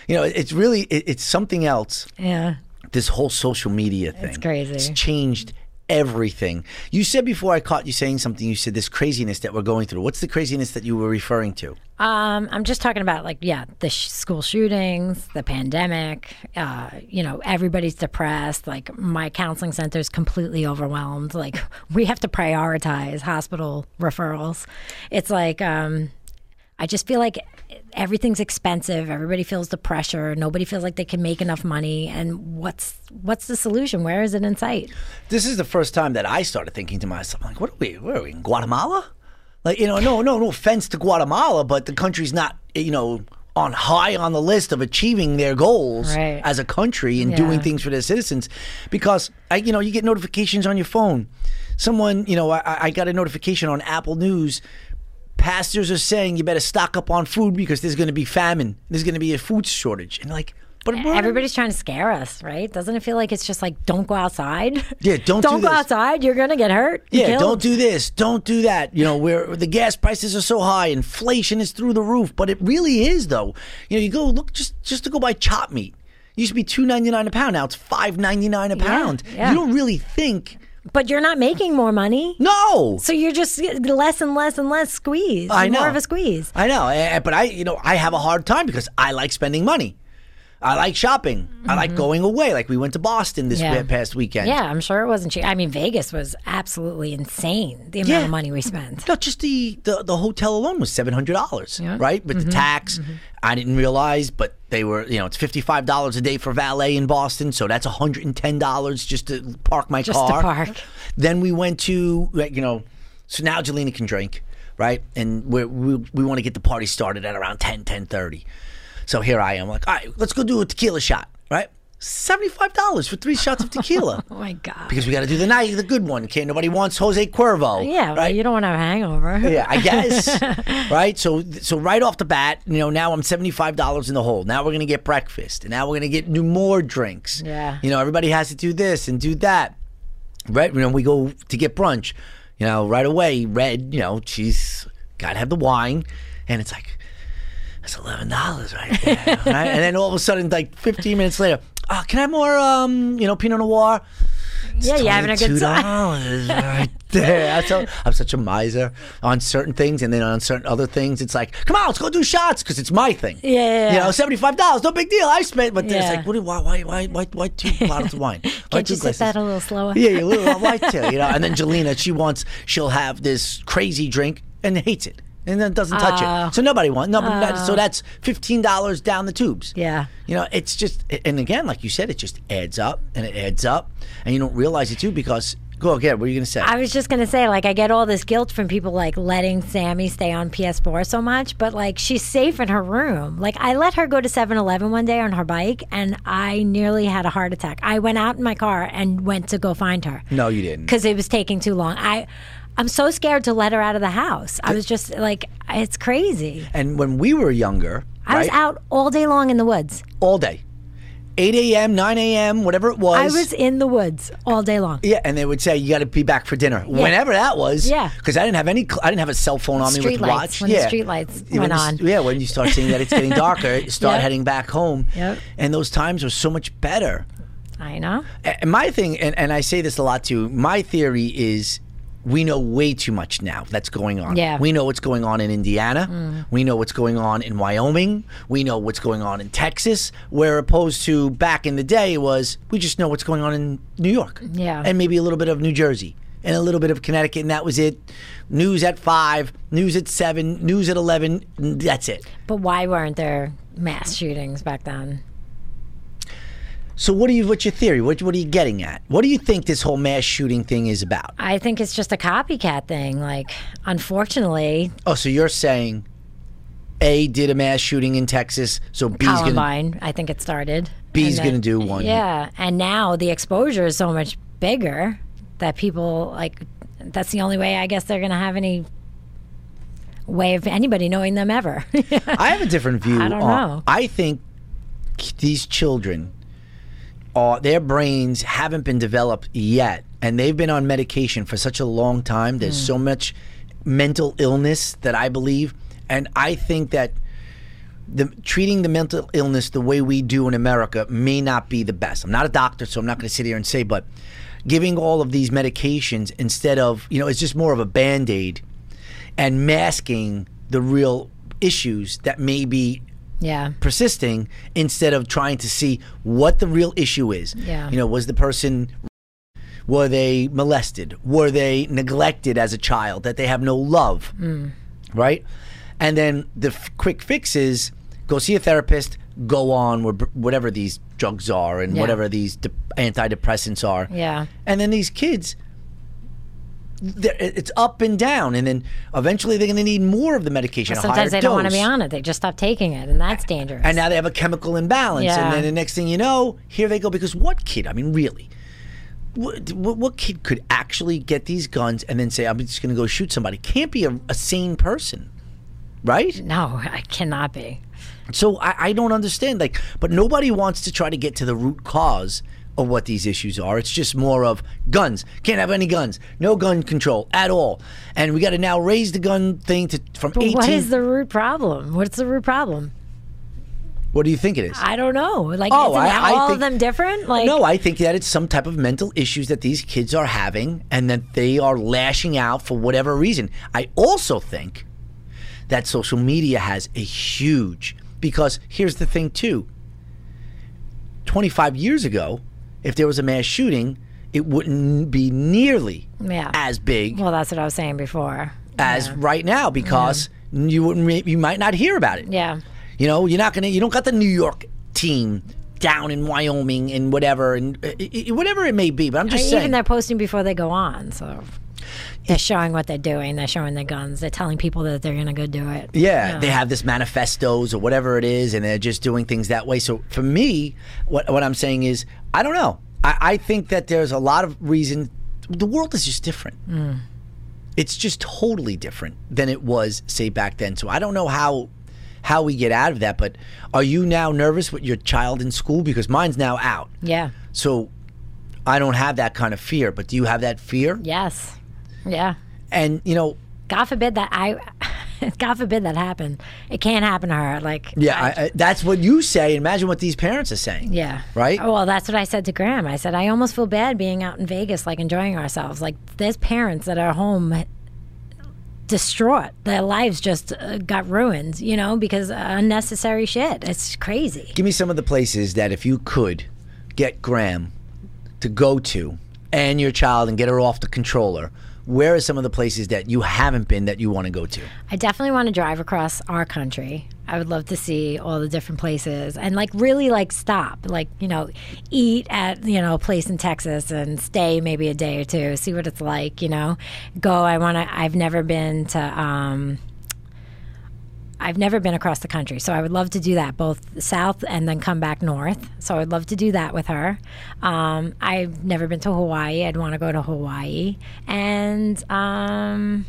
S1: You know, it's really it, it's something else
S4: Yeah,
S1: this whole social media thing. It's
S4: crazy.
S1: It's changed everything. You said before I caught you saying something, you said this craziness that we're going through. What's the craziness that you were referring to?
S4: um, I'm just talking about like yeah, the sh- school shootings, the pandemic. Uh, you know, everybody's depressed. Like my counseling center is completely overwhelmed. Like we have to prioritize hospital referrals. It's like um, I just feel like everything's expensive. Everybody feels the pressure. Nobody feels like they can make enough money. And what's what's the solution? Where is it in sight?
S1: This is the first time that I started thinking to myself, like, what are we, where are we in Guatemala? Like, you know, no, no, no offense to Guatemala, but the country's not, you know, on high on the list of achieving their goals
S4: Right.
S1: as a country and doing
S4: Yeah.
S1: things for their citizens because I, you know you get notifications on your phone someone you know I- I, I got a notification on apple news pastors are saying you better stock up on food because there's going to be famine there's going to be a food shortage and like but
S4: E,
S1: we're-
S4: Everybody's trying to scare us, right? Doesn't it feel like it's just like don't go outside?
S1: Yeah, don't do
S4: don't go
S1: this.
S4: outside. You're gonna get hurt.
S1: yeah
S4: killed.
S1: don't do this don't do that you know where the gas prices are so high inflation is through the roof but it really is though you know you go look just just to go buy chop meat it used to be 2.99 a pound now it's 5.99 a pound
S4: yeah.
S1: you don't really think
S4: But you're not making more money,
S1: no
S4: so you're just less and less and less squeeze.
S1: I know.
S4: more of a squeeze.
S1: I know, eh, eh, but I, you know, I have a hard time because I like spending money. I like shopping. I like going away. Like we went to Boston this
S4: Mm-hmm. Yeah.
S1: pa- past weekend.
S4: Yeah, I'm sure it wasn't cheap. I mean, Vegas was absolutely insane. The amount
S1: Yeah.
S4: of money we spent.
S1: No, just the the, the hotel alone was seven hundred dollars,
S4: Yeah. Mm-hmm.
S1: right? With the tax, I didn't realize, but they were, you know, it's fifty five dollars a day for valet in Boston, so that's one hundred and ten dollars just to park my
S4: Just to
S1: car.
S4: park.
S1: Then we went to, like, you know, so now Jelena can drink, right? And we're, we we want to get the party started at around 10, 10.30. So here I am, like, all right, let's go do a tequila shot, right? Seventy five dollars for three shots of tequila.
S4: Oh my god.
S1: Because we got to do the night, the good one. Okay, nobody wants Jose Cuervo.
S4: yeah, well,
S1: right?
S4: you don't want to have a hangover.
S1: Yeah, I guess. right? So so right off the bat, you know, now I'm $75 in the hole. Now we're going to get breakfast. And now we're going to get new more drinks.
S4: Yeah.
S1: You know, everybody has to do this and do that. Right? When we go to get brunch, you know, right away, Red, you know, she's got to have the wine. And it's like, that's eleven dollars right there. right? And then all of a sudden, like fifteen minutes later, oh, can I have more um, you know, Pinot Noir? It's
S4: Yeah, you're having a good time.
S1: $22 right there. I tell, I'm such a miser on certain things, and then on certain other things, it's like, come on, let's go do shots because it's my thing.
S4: Yeah, yeah,
S1: you
S4: yeah.
S1: know, seventy five dollars, no big deal. I spent, but then it's
S4: Yeah.
S1: like, what? do- Why? Why? Why? Why? Why two bottles of wine? Why
S4: Can't
S1: two
S4: you sip
S1: glasses?
S4: that a little slower?
S1: Yeah, yeah, little white tail, you know. And then Jelena, she wants, she'll have this crazy drink and hates it, and then doesn't touch
S4: Oh.
S1: it. So nobody wants. No, but that- so that's fifteen dollars down the tubes.
S4: Yeah.
S1: you know, it's just, and again, like you said, it just adds up and it adds up, and you don't realize it too because go again. What are you gonna say?
S4: I was just gonna say, like, I get all this guilt from people like letting Sammy stay on PS4 so much, but like she's safe in her room. Like I let her go to 7-Eleven one day on her bike, and I nearly had a heart attack. I went out in my car and went to go find her
S1: no, you didn't.
S4: because it was taking too long. I, I'm so scared to let her out of the house. I was just like, it's crazy.
S1: And when we were younger,
S4: I was
S1: right,
S4: out all day long in the woods.
S1: all day, eight a.m., nine a.m., whatever it was.
S4: I was in the woods all day long.
S1: Yeah, and they would say you got to be back for dinner, whenever that was.
S4: Yeah.
S1: because I didn't have any, cl- I didn't have a cell phone on me
S4: Street
S1: with
S4: lights,
S1: watch.
S4: when the
S1: yeah,
S4: street lights
S1: When
S4: went
S1: you-
S4: on.
S1: Yeah, when you start seeing that it's getting darker, start
S4: Yep.
S1: heading back home.
S4: Yep.
S1: and those times were so much better.
S4: I know.
S1: A- And my thing, and, and I say this a lot too. My theory is. We know way too much now that's going on.
S4: Yeah. Mm.
S1: We know what's going on in Indiana. We know what's going on in Wyoming. We know what's going on in Texas. Where opposed to back in the day was we just know what's going on in New York.
S4: Yeah.
S1: And maybe a little bit of New Jersey and a little bit of Connecticut, and that was it. News at five, news at seven, news at eleven. n- That's it.
S4: But why weren't there mass shootings back then?
S1: So, what are you? What's your theory? What, what are you getting at? What do you think this whole mass shooting thing is about?
S4: I think it's just a copycat thing. Like, unfortunately,
S1: Oh, so you're saying A did a mass shooting in Texas, so B's gonna
S4: Columbine, I think it started.
S1: B's
S4: And then-
S1: gonna do one.
S4: Yeah. And now the exposure is so much bigger that people, like, that's the only way I guess they're going to have any way of anybody knowing them ever.
S1: I have a different view.
S4: I don't
S1: on-
S4: know.
S1: I think these children are their brains haven't been developed yet, and they've been on medication for such a long time. There's
S4: Hmm.
S1: so much mental illness that I believe, and I think that the treating the mental illness the way we do in America may not be the best. I'm not a doctor, so I'm not going to sit here and say, but giving all of these medications instead of you know it's just more of a band aid and masking the real issues that may be
S4: yeah.
S1: persisting instead of trying to see what the real issue is.
S4: Yeah.
S1: You know, was the person were they molested? Were they neglected as a child that they have no love?
S4: Mm.
S1: Right? And then the f- quick fix is go see a therapist, go on with whatever these drugs are and
S4: Yeah.
S1: whatever these de- antidepressants are.
S4: Yeah.
S1: And then these kids there- it's up and down, and then eventually they're going to need more of the medication. a higher
S4: Sometimes they don't want to
S1: dose.
S4: be on it. They just stop taking it, and that's dangerous.
S1: And now they have a chemical imbalance.
S4: Yeah.
S1: And then the next thing you know, here they go. Because what kid, I mean, really, what, what, what kid could actually get these guns and then say, I'm just going to go shoot somebody? Can't be a, a sane person, right?
S4: no, I cannot be.
S1: So I, I don't understand. Like, but nobody wants to try to get to the root cause of what these issues are. It's just more of guns. Can't have any guns. No gun control at all. And we got to now raise the gun thing to from
S4: But
S1: 18.
S4: what is the root problem? What's the root problem?
S1: What do you think it is?
S4: I don't know. Like,
S1: Oh,
S4: isn't
S1: I- I
S4: all
S1: think-
S4: of them different? Like,
S1: no, I think that it's some type of mental issues that these kids are having and that they are lashing out for whatever reason. I also think that social media has a huge because here's the thing too. 25 years ago, if there was a mass shooting, it wouldn't be nearly
S4: Yeah.
S1: as big
S4: well, that's what I was saying before.
S1: as right now because you wouldn't re- you might not hear about it.
S4: Yeah.
S1: You know, you're not gonna. You don't got the New York team down in Wyoming and whatever and uh, i- i- whatever it may be. But I'm just
S4: Even
S1: saying.
S4: they're posting before they go on, so they're showing what they're doing. They're showing their guns. They're telling people that they're gonna go do it.
S1: yeah, they have this manifestos or whatever it is, and they're just doing things that way. So for me, what what I'm saying is, I don't know. I, I think that there's a lot of reason. The world is just different. It's just totally different than it was, say, back then. So I don't know how how we get out of that. But are you now nervous with your child in school because mine's now out?
S4: Yeah.
S1: So I don't have that kind of fear, but do you have that fear?
S4: Yes. Yeah.
S1: And you know,
S4: God forbid that I. God forbid that happened. It can't happen to her. Like.
S1: yeah, I, I, that's what you say. Imagine what these parents are saying.
S4: Yeah.
S1: Right?
S4: Oh, Well, that's what I said to Graham. I said, I almost feel bad being out in Vegas, like enjoying ourselves. Like, there's parents that are home distraught. Their lives just uh, got ruined, you know, because unnecessary shit. It's crazy.
S1: Give me some of the places that if you could get Graham to go to and your child and get her off the controller. Where are some of the places that you haven't been that you want to go to?
S4: I definitely want to drive across our country. I would love to see all the different places and like really like stop, like, you know, eat at, you know, a place in Texas and stay maybe a day or two, see what it's like, you know. Go, I want to I've never been to um I've never been across the country, so I would love to do that, both south and then come back north. So I'd love to do that with her. Um, I've never been to Hawaii. I'd want to go to Hawaii, and um,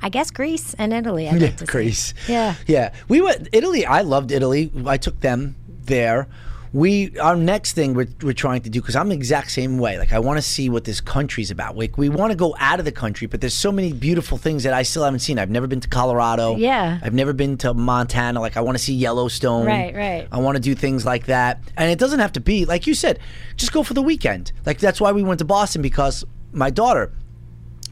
S4: I guess Greece and Italy. I'd like to see.
S1: Greece.
S4: Yeah.
S1: Yeah. We went Italy. I loved Italy. I took them there. We our next thing we're, we're trying to do because I'm the exact same way. Like I want to see what this country's about. Like we want to go out of the country, but there's so many beautiful things that I still haven't seen. I've never been to Colorado.
S4: Yeah.
S1: I've never been to Montana. Like I want to see Yellowstone.
S4: Right, right.
S1: I want to do things like that, and it doesn't have to be like you said. Just go for the weekend. Like that's why we went to Boston because my daughter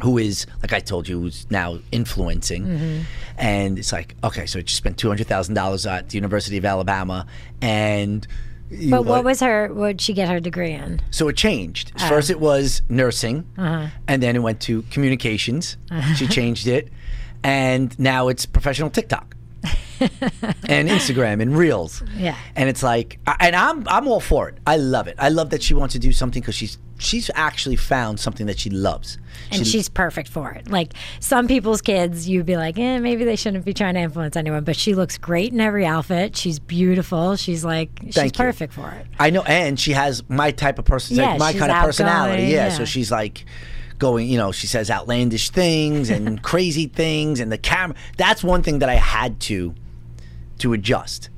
S1: who is like I told you who's now influencing,
S4: Mm-hmm.
S1: and it's like okay, so she spent two hundred thousand dollars at the University of Alabama, and you-
S4: But what was Ah. her? What would she get her degree in?
S1: so it changed. First, it was nursing,
S4: Uh-huh.
S1: and then it went to communications. She changed it, and now it's professional TikTok. and Instagram and Reels.
S4: Yeah.
S1: And it's like, I- and I'm I'm all for it. I love it. I love that she wants to do something because she's she's actually found something that she loves.
S4: And she's perfect for it. Like some people's kids, you'd be like, eh, maybe they shouldn't be trying to influence anyone. But she looks great in every outfit. She's beautiful. She's like, she's
S1: Thank you.
S4: perfect for it.
S1: I know, and she has my type of person,
S4: Yeah,
S1: like my
S4: she's
S1: kind of personality.
S4: outgoing,
S1: Yeah,
S4: yeah.
S1: so she's like going, you know, she says outlandish things and crazy things, and the camera. That's one thing that I had to to adjust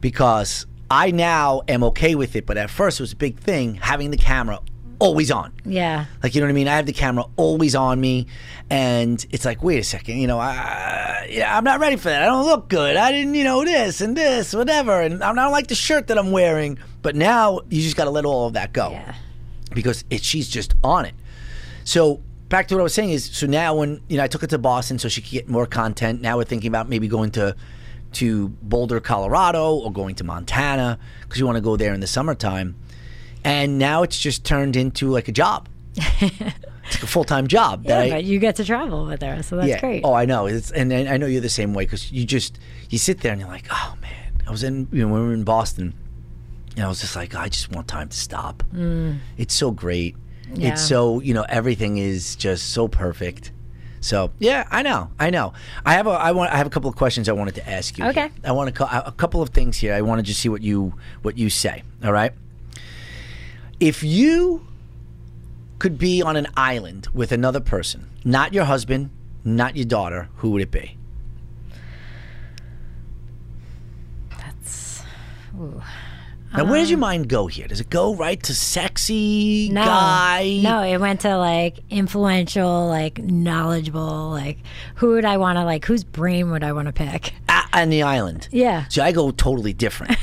S1: because I now am okay with it, but at first it was a big thing having the camera always on.
S4: Yeah.
S1: Like you know what I mean? I have the camera always on me, and it's like, wait a second, you know, I, yeah, I'm not ready for that. I don't look good. I didn't, you know, this and this, whatever, and I don't like the shirt that I'm wearing. But now you just got to let all of that go,
S4: Yeah.
S1: because it, she's just on it. So back to what I was saying is, so now when you know I took it to Boston, so she could get more content. Now we're thinking about maybe going to to Boulder, Colorado, or going to Montana because you want to go there in the summertime. And now it's just turned into like a job, it's like a full time job.
S4: Yeah,
S1: that I,
S4: but you get to travel with her, so that's
S1: yeah.
S4: great.
S1: Oh, I know. It's and I I know you're the same way because you just you sit there and you're like, oh man, I was in you know, when we were in Boston, and I was just like, I just want time to stop. It's so great.
S4: Mm. Yeah.
S1: It's so you know everything is just so perfect. So yeah, I know, I know. I have a, I want, I have a couple of questions I wanted to ask you.
S4: Okay.
S1: here. I want to cou- a couple of things here. I want to just see what you what you say. All right. If you could be on an island with another person, not your husband, not your daughter, who would it be? Now, where does your mind go here? Does it go right to sexy
S4: Um, No,
S1: guy?
S4: no, it went to like influential, like knowledgeable, like who would I want to like? Whose brain would I want to pick?
S1: a- on the island.
S4: Yeah.
S1: So I go totally different.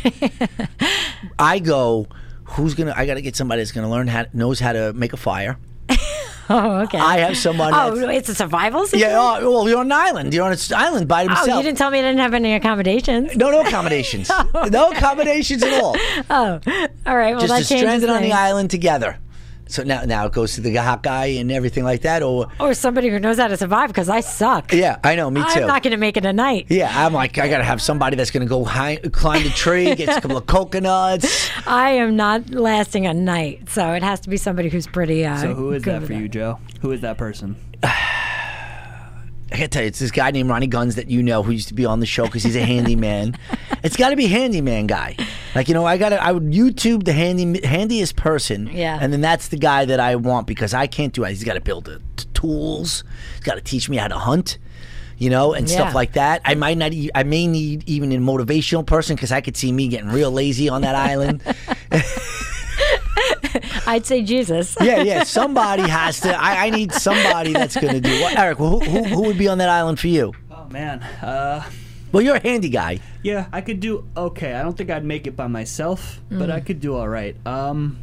S1: I go, who's gonna? I gotta get somebody that's gonna learn how knows how to make a fire.
S4: Oh, okay.
S1: I have somebody.
S4: oh,
S1: that's-
S4: it's a survival. Situation?
S1: yeah. Oh, well, you're on an island. You're on an island by
S4: Oh,
S1: yourself.
S4: you didn't tell me I didn't have any accommodations.
S1: no, no accommodations. No accommodations at all.
S4: All right, well
S1: Just
S4: that changes
S1: stranded on the
S4: things.
S1: island together. So now, now it goes to the hot guy and everything like that. Or
S4: Or somebody who knows how to survive because I suck.
S1: yeah, I know. Me too.
S4: I'm not going to make it a night.
S1: yeah, I'm like, I gotta have somebody that's gonna go high, climb the tree, get a couple of coconuts.
S4: I am not lasting a night, so it has to be somebody who's pretty. Uh,
S5: So who is
S4: good
S5: that
S4: with
S5: for you, Joe? Who is that person?
S1: I gotta tell you, it's this guy named Ronnie Guns that you know who used to be on the show because he's a handyman. it's got to be handyman guy. Like you know, I gotta I would YouTube the handy handiest person.
S4: Yeah.
S1: And then that's the guy that I want because I can't do it. He's got to build the t- tools. He's got to teach me how to hunt. You know, and
S4: Yeah.
S1: stuff like that. I might not. E- I may need even a motivational person because I could see me getting real lazy on that island.
S4: I'd say Jesus.
S1: Yeah, yeah. Somebody has to. I, I need somebody that's going to do. Well, Eric, who, who who would be on that island for you?
S5: Oh man. Uh,
S1: Well, you're a handy guy.
S5: yeah, I could do okay. I don't think I'd make it by myself, but I could do all right. Um,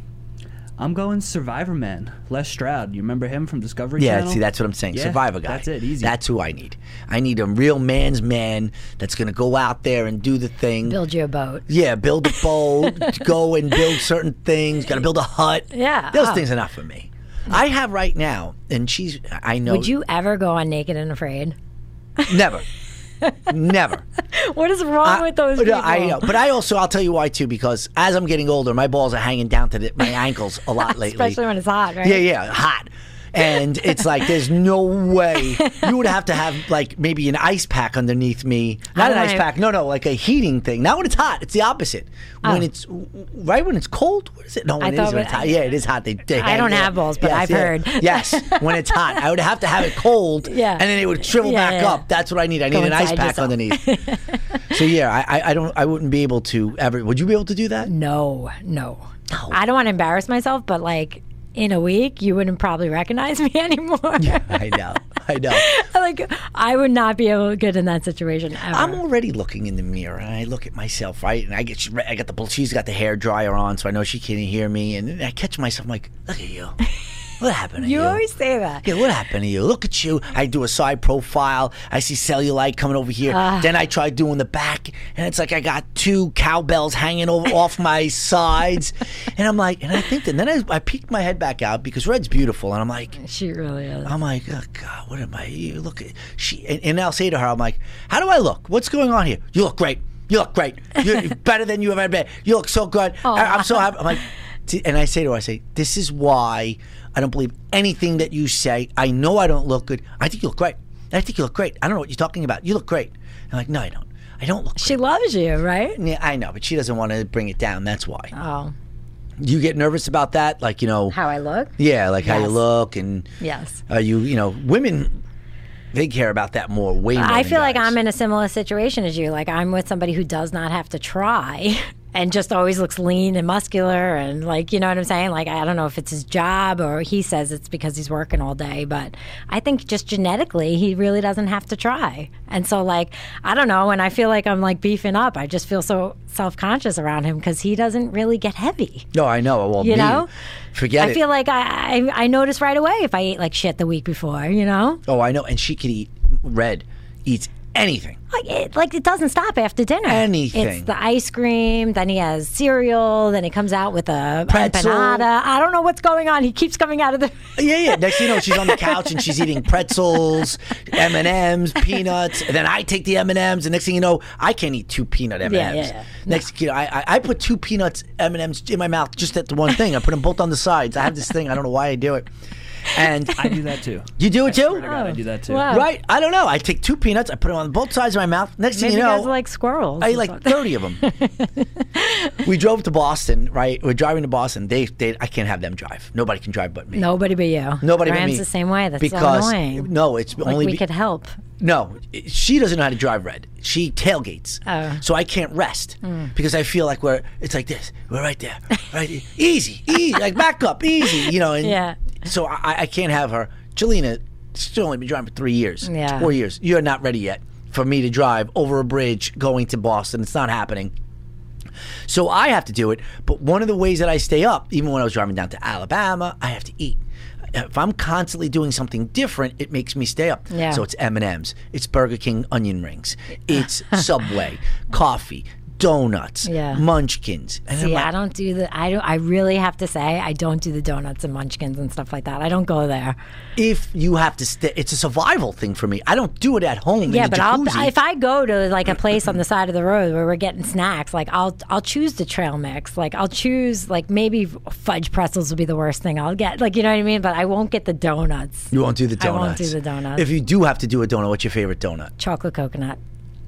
S5: I'm going Survivor Man, Les Stroud. You remember him from Discovery
S1: Yeah,
S5: Channel?
S1: see, that's what I'm saying.
S5: Yeah,
S1: Survivor guy.
S5: That's it. Easy.
S1: That's who I need. I need a real man's man that's going to go out there and do the thing.
S4: Build you a boat.
S1: yeah, build a boat, go and build certain things. Got to build a hut.
S4: Yeah,
S1: those
S4: oh.
S1: things are not for me. I have right now, and she's. I know.
S4: Would you ever go on Naked and Afraid?
S1: never? never.
S4: What is wrong
S1: I-
S4: with those
S1: no,
S4: people?
S1: I uh, know, but I also I'll tell you why too because as I'm getting older, my balls are hanging down to the, my ankles a lot lately.
S4: Especially when it's hot, right?
S1: Yeah, yeah, hot. And it's like there's no way you would have to have like maybe an ice pack underneath me. Not an
S4: don't
S1: ice
S4: wanna-
S1: pack. No, no, like a heating thing. Not when it's hot. It's the opposite. When it's right when it's cold. What is it? No, when it is
S4: Oh. thought
S1: when
S4: when-
S1: it's hot. Yeah, it is hot. They, they
S4: I don't
S1: hang it.
S4: have balls, but I've
S1: yeah.
S4: heard.
S1: Yes, when it's hot, I would have to have it cold.
S4: Yeah.
S1: and then it would shrivel
S4: Yeah,
S1: back
S4: yeah.
S1: up. That's what I need. I need
S4: Go
S1: an ice
S4: inside
S1: pack
S4: yourself.
S1: underneath. so yeah, I, I, I don't. I wouldn't be able to ever. Would you be able to do that?
S4: No, no. I don't want to embarrass myself, but like in a week, you wouldn't probably recognize me anymore.
S1: I know. I know.
S4: like I would not be able good in that situation ever.
S1: I'm already looking in the mirror, and I look at myself, right? And I get, she- I got the, bull- she's got the hair dryer on, so I know she can't hear me. And I catch myself, I'm like, look at you. What happened to you?
S4: you always say that.
S1: Yeah, what happened to you? Look at you. I do a side profile. I see cellulite coming over here. then I try doing the back, and it's like I got two cowbells hanging over off my sides. And I'm like, and I think that, then I, I peeked my head back out because red's beautiful, and I'm like,
S4: She really is.
S1: I'm like, oh God, what am I? You look, at- she, and, and I'll say to her, I'm like, how do I look? What's going on here? You look great. You look great. You're better than you ever been. You look so good. I, am so happy. I'm like, "See," and I say to her, I say, this is why I don't believe anything that you say. I know I don't look good. I think you look great. I think you look great. I don't know what you're talking about. You look great. I'm like, no, I don't. I don't look.
S4: she loves you, right?
S1: Yeah, I know, but she doesn't want to bring it down. That's why.
S4: Oh,
S1: You get nervous about that, like you know,
S4: how I look?
S1: yeah, like how you
S4: Yes.
S1: look and
S4: Yes.
S1: are Uh, you, you know, women, they care about that more, way more.
S4: I
S1: than
S4: feel like
S1: guys.
S4: I'm in a similar situation as you. Like I'm with somebody who does not have to try and just always looks lean and muscular and like you know what I'm saying? Like I don't know if it's his job or he says it's because he's working all day, but I think just genetically he really doesn't have to try. And so like I don't know, and I feel like I'm like beefing up. I just feel so self-conscious around him cuz he doesn't really get heavy.
S1: No, I know. Well,
S4: You
S1: me,
S4: know?
S1: forget
S4: I
S1: it.
S4: feel like I, I I notice right away if I ate like shit the week before, you know?
S1: oh, I know. And she could eat red, eats anything.
S4: Like it, like it doesn't stop after dinner.
S1: Anything.
S4: It's the ice cream. Then he has cereal. Then he comes out with a
S1: Pretzel.
S4: empanada. I don't know what's going on. He keeps coming out of the.
S1: Uh, Yeah, yeah. Next thing you know, she's on the couch and she's eating pretzels, M and M's, peanuts. And then I take the M and M's, and next thing you know, I can't eat two peanut M and
S4: yeah,
S1: M's.
S4: yeah.
S1: Next, you know, I, I I put two peanuts M and M's in my mouth just at the one thing. I put them both on the sides. I have this thing. I don't know why I do it. And
S5: I do that too.
S1: you do it too,
S5: God, I do that too.
S4: Oh, Wow.
S1: right? I don't know. I take two peanuts. I put them on both sides of my mouth. Next thing
S4: Maybe
S1: you
S4: you
S1: know,
S4: guys are like squirrels.
S1: I
S4: or
S1: ate like
S4: something.
S1: thirty of them. we drove to Boston, right? We're driving to Boston. They, they, I can't have them drive. Nobody can drive but me.
S4: Nobody but you.
S1: Nobody but
S4: Rams
S1: me.
S4: the same way. That's
S1: because
S4: so annoying.
S1: no, it's
S4: like
S1: only
S4: we
S1: be-
S4: could help.
S1: no. it- She doesn't know how to drive red. She tailgates,
S4: Oh. Hmm.
S1: so I can't rest because I feel like we're it's like this. We're right there, right there. easy, easy, like back up, easy. You know, and
S4: Yeah.
S1: So I, I can't have her. Jelena, she's only been driving for three years,
S4: Yeah.
S1: four years. You're not ready yet for me to drive over a bridge going to Boston. It's not happening. So I have to do it. But one of the ways that I stay up, even when I was driving down to Alabama, I have to eat. If I'm constantly doing something different, it makes me stay up.
S4: Yeah.
S1: So it's M and M's, it's Burger King onion rings, it's Subway, coffee, donuts,
S4: Yeah.
S1: Munchkins. And I'm
S4: See,
S1: like,
S4: I don't do the. I don't. I really have to say, I don't do the donuts and munchkins and stuff like that. I don't go there.
S1: if you have to stay, it's a survival thing for me. I don't do it at home.
S4: Yeah,
S1: in the
S4: but
S1: jacuzzi.
S4: I'll, if I go to like a place on the side of the road where we're getting snacks, like I'll I'll choose the trail mix. Like I'll choose like maybe fudge pretzels would be the worst thing I'll get. Like you know what I mean? But I won't get the donuts.
S1: you won't do the
S4: I
S1: donuts.
S4: won't do the donuts.
S1: If you do have to do a donut, what's your favorite donut?
S4: Chocolate coconut.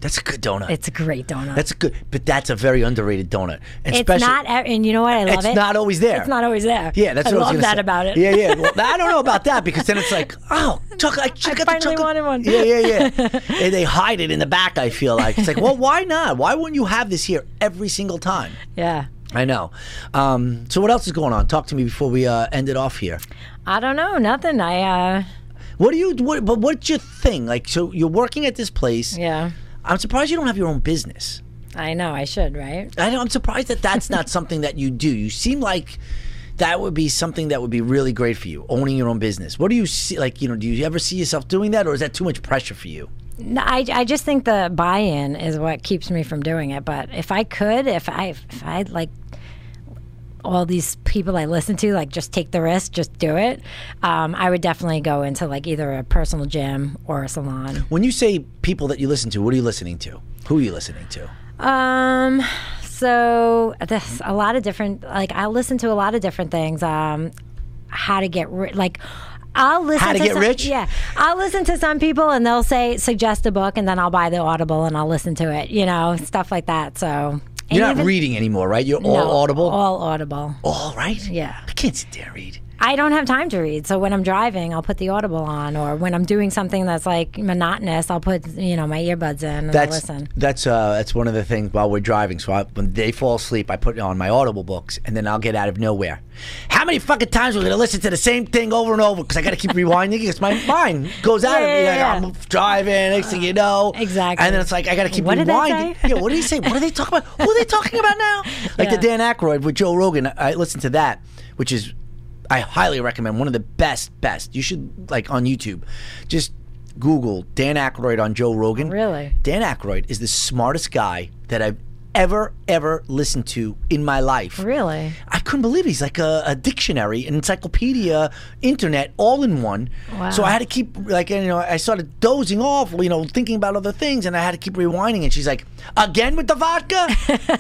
S1: That's a good donut.
S4: It's a great donut.
S1: that's a good, but that's a very underrated donut. And
S4: it's
S1: especially,
S4: not, ev- and you know what? I love
S1: it's
S4: it.
S1: not always there.
S4: It's not always there.
S1: Yeah, that's
S4: I
S1: what
S4: love
S1: I was gonna
S4: that
S1: say.
S4: about it.
S1: Yeah, yeah. Well, I don't know about that because then it's like, oh, chocolate. I, should have got
S4: finally
S1: the chocolate.
S4: wanted one.
S1: Yeah, yeah, yeah. and they hide it in the back. I feel like it's like, well, why not? Why wouldn't you have this here every single time?
S4: yeah.
S1: I know. Um, so what else is going on? Talk to me before we uh, end it off here.
S4: I don't know. Nothing. I uh,
S1: What do you? What, but what's your thing? Like, so you're working at this place.
S4: yeah.
S1: I'm surprised you don't have your own business.
S4: I know. I should right.
S1: I know. I'm surprised that that's not something that you do. You seem like that would be something that would be really great for you, owning your own business. What do you see? Like, you know, do you ever see yourself doing that, or is that too much pressure for you?
S4: No, I, I just think the buy-in is what keeps me from doing it. But if I could, if I if I like all these people I listen to, like just take the risk, just do it. Um, I would definitely go into like either a personal gym or a salon.
S1: When you say people that you listen to, what are you listening to? Who are you listening to?
S4: Um, so there's a lot of different. Like I listen to a lot of different things. Um, how to get ri Like I'll listen.
S1: How to Get
S4: some-
S1: Rich?
S4: Yeah, I'll listen to some people, and they'll say suggest a book, and then I'll buy the Audible and I'll listen to it. You know, stuff like that. So and
S1: You're not
S4: even-
S1: reading anymore, right? You're all
S4: No,
S1: audible. All,
S4: All Audible.
S1: right.
S4: Yeah.
S1: I can't sit there and read.
S4: I don't have time to read, so when I'm driving, I'll put the Audible on, or when I'm doing something that's like monotonous, I'll put you know my earbuds in and I'll
S1: That's
S4: listen.
S1: that's uh, that's one of the things while we're driving. So I, when they fall asleep, I put on my Audible books, and then I'll get out of nowhere. How many fucking times we're gonna listen to the same thing over and over? Because I gotta keep rewinding because my mind goes out of me.
S4: Yeah, yeah,
S1: Like, I'm driving, next thing you know,
S4: Exactly.
S1: And then it's like I gotta keep
S4: What did that
S1: rewinding.
S4: say?
S1: Yeah, what did he say? What are they talking about? Who are they talking about now? Like the
S4: Yeah.
S1: Dan Aykroyd with Joe Rogan. I listened to that, which is I highly recommend. One of the best, best. You should like on YouTube, just. Google Dan Aykroyd on Joe Rogan.
S4: Really?
S1: Dan Aykroyd is the smartest guy that I've ever, ever listened to in my life.
S4: Really?
S1: I couldn't believe it. He's like a, a dictionary, an encyclopedia, internet, all in one.
S4: Wow.
S1: So I had to keep, like, you know, I started dozing off, you know, thinking about other things, and I had to keep rewinding. And she's like, again with the vodka?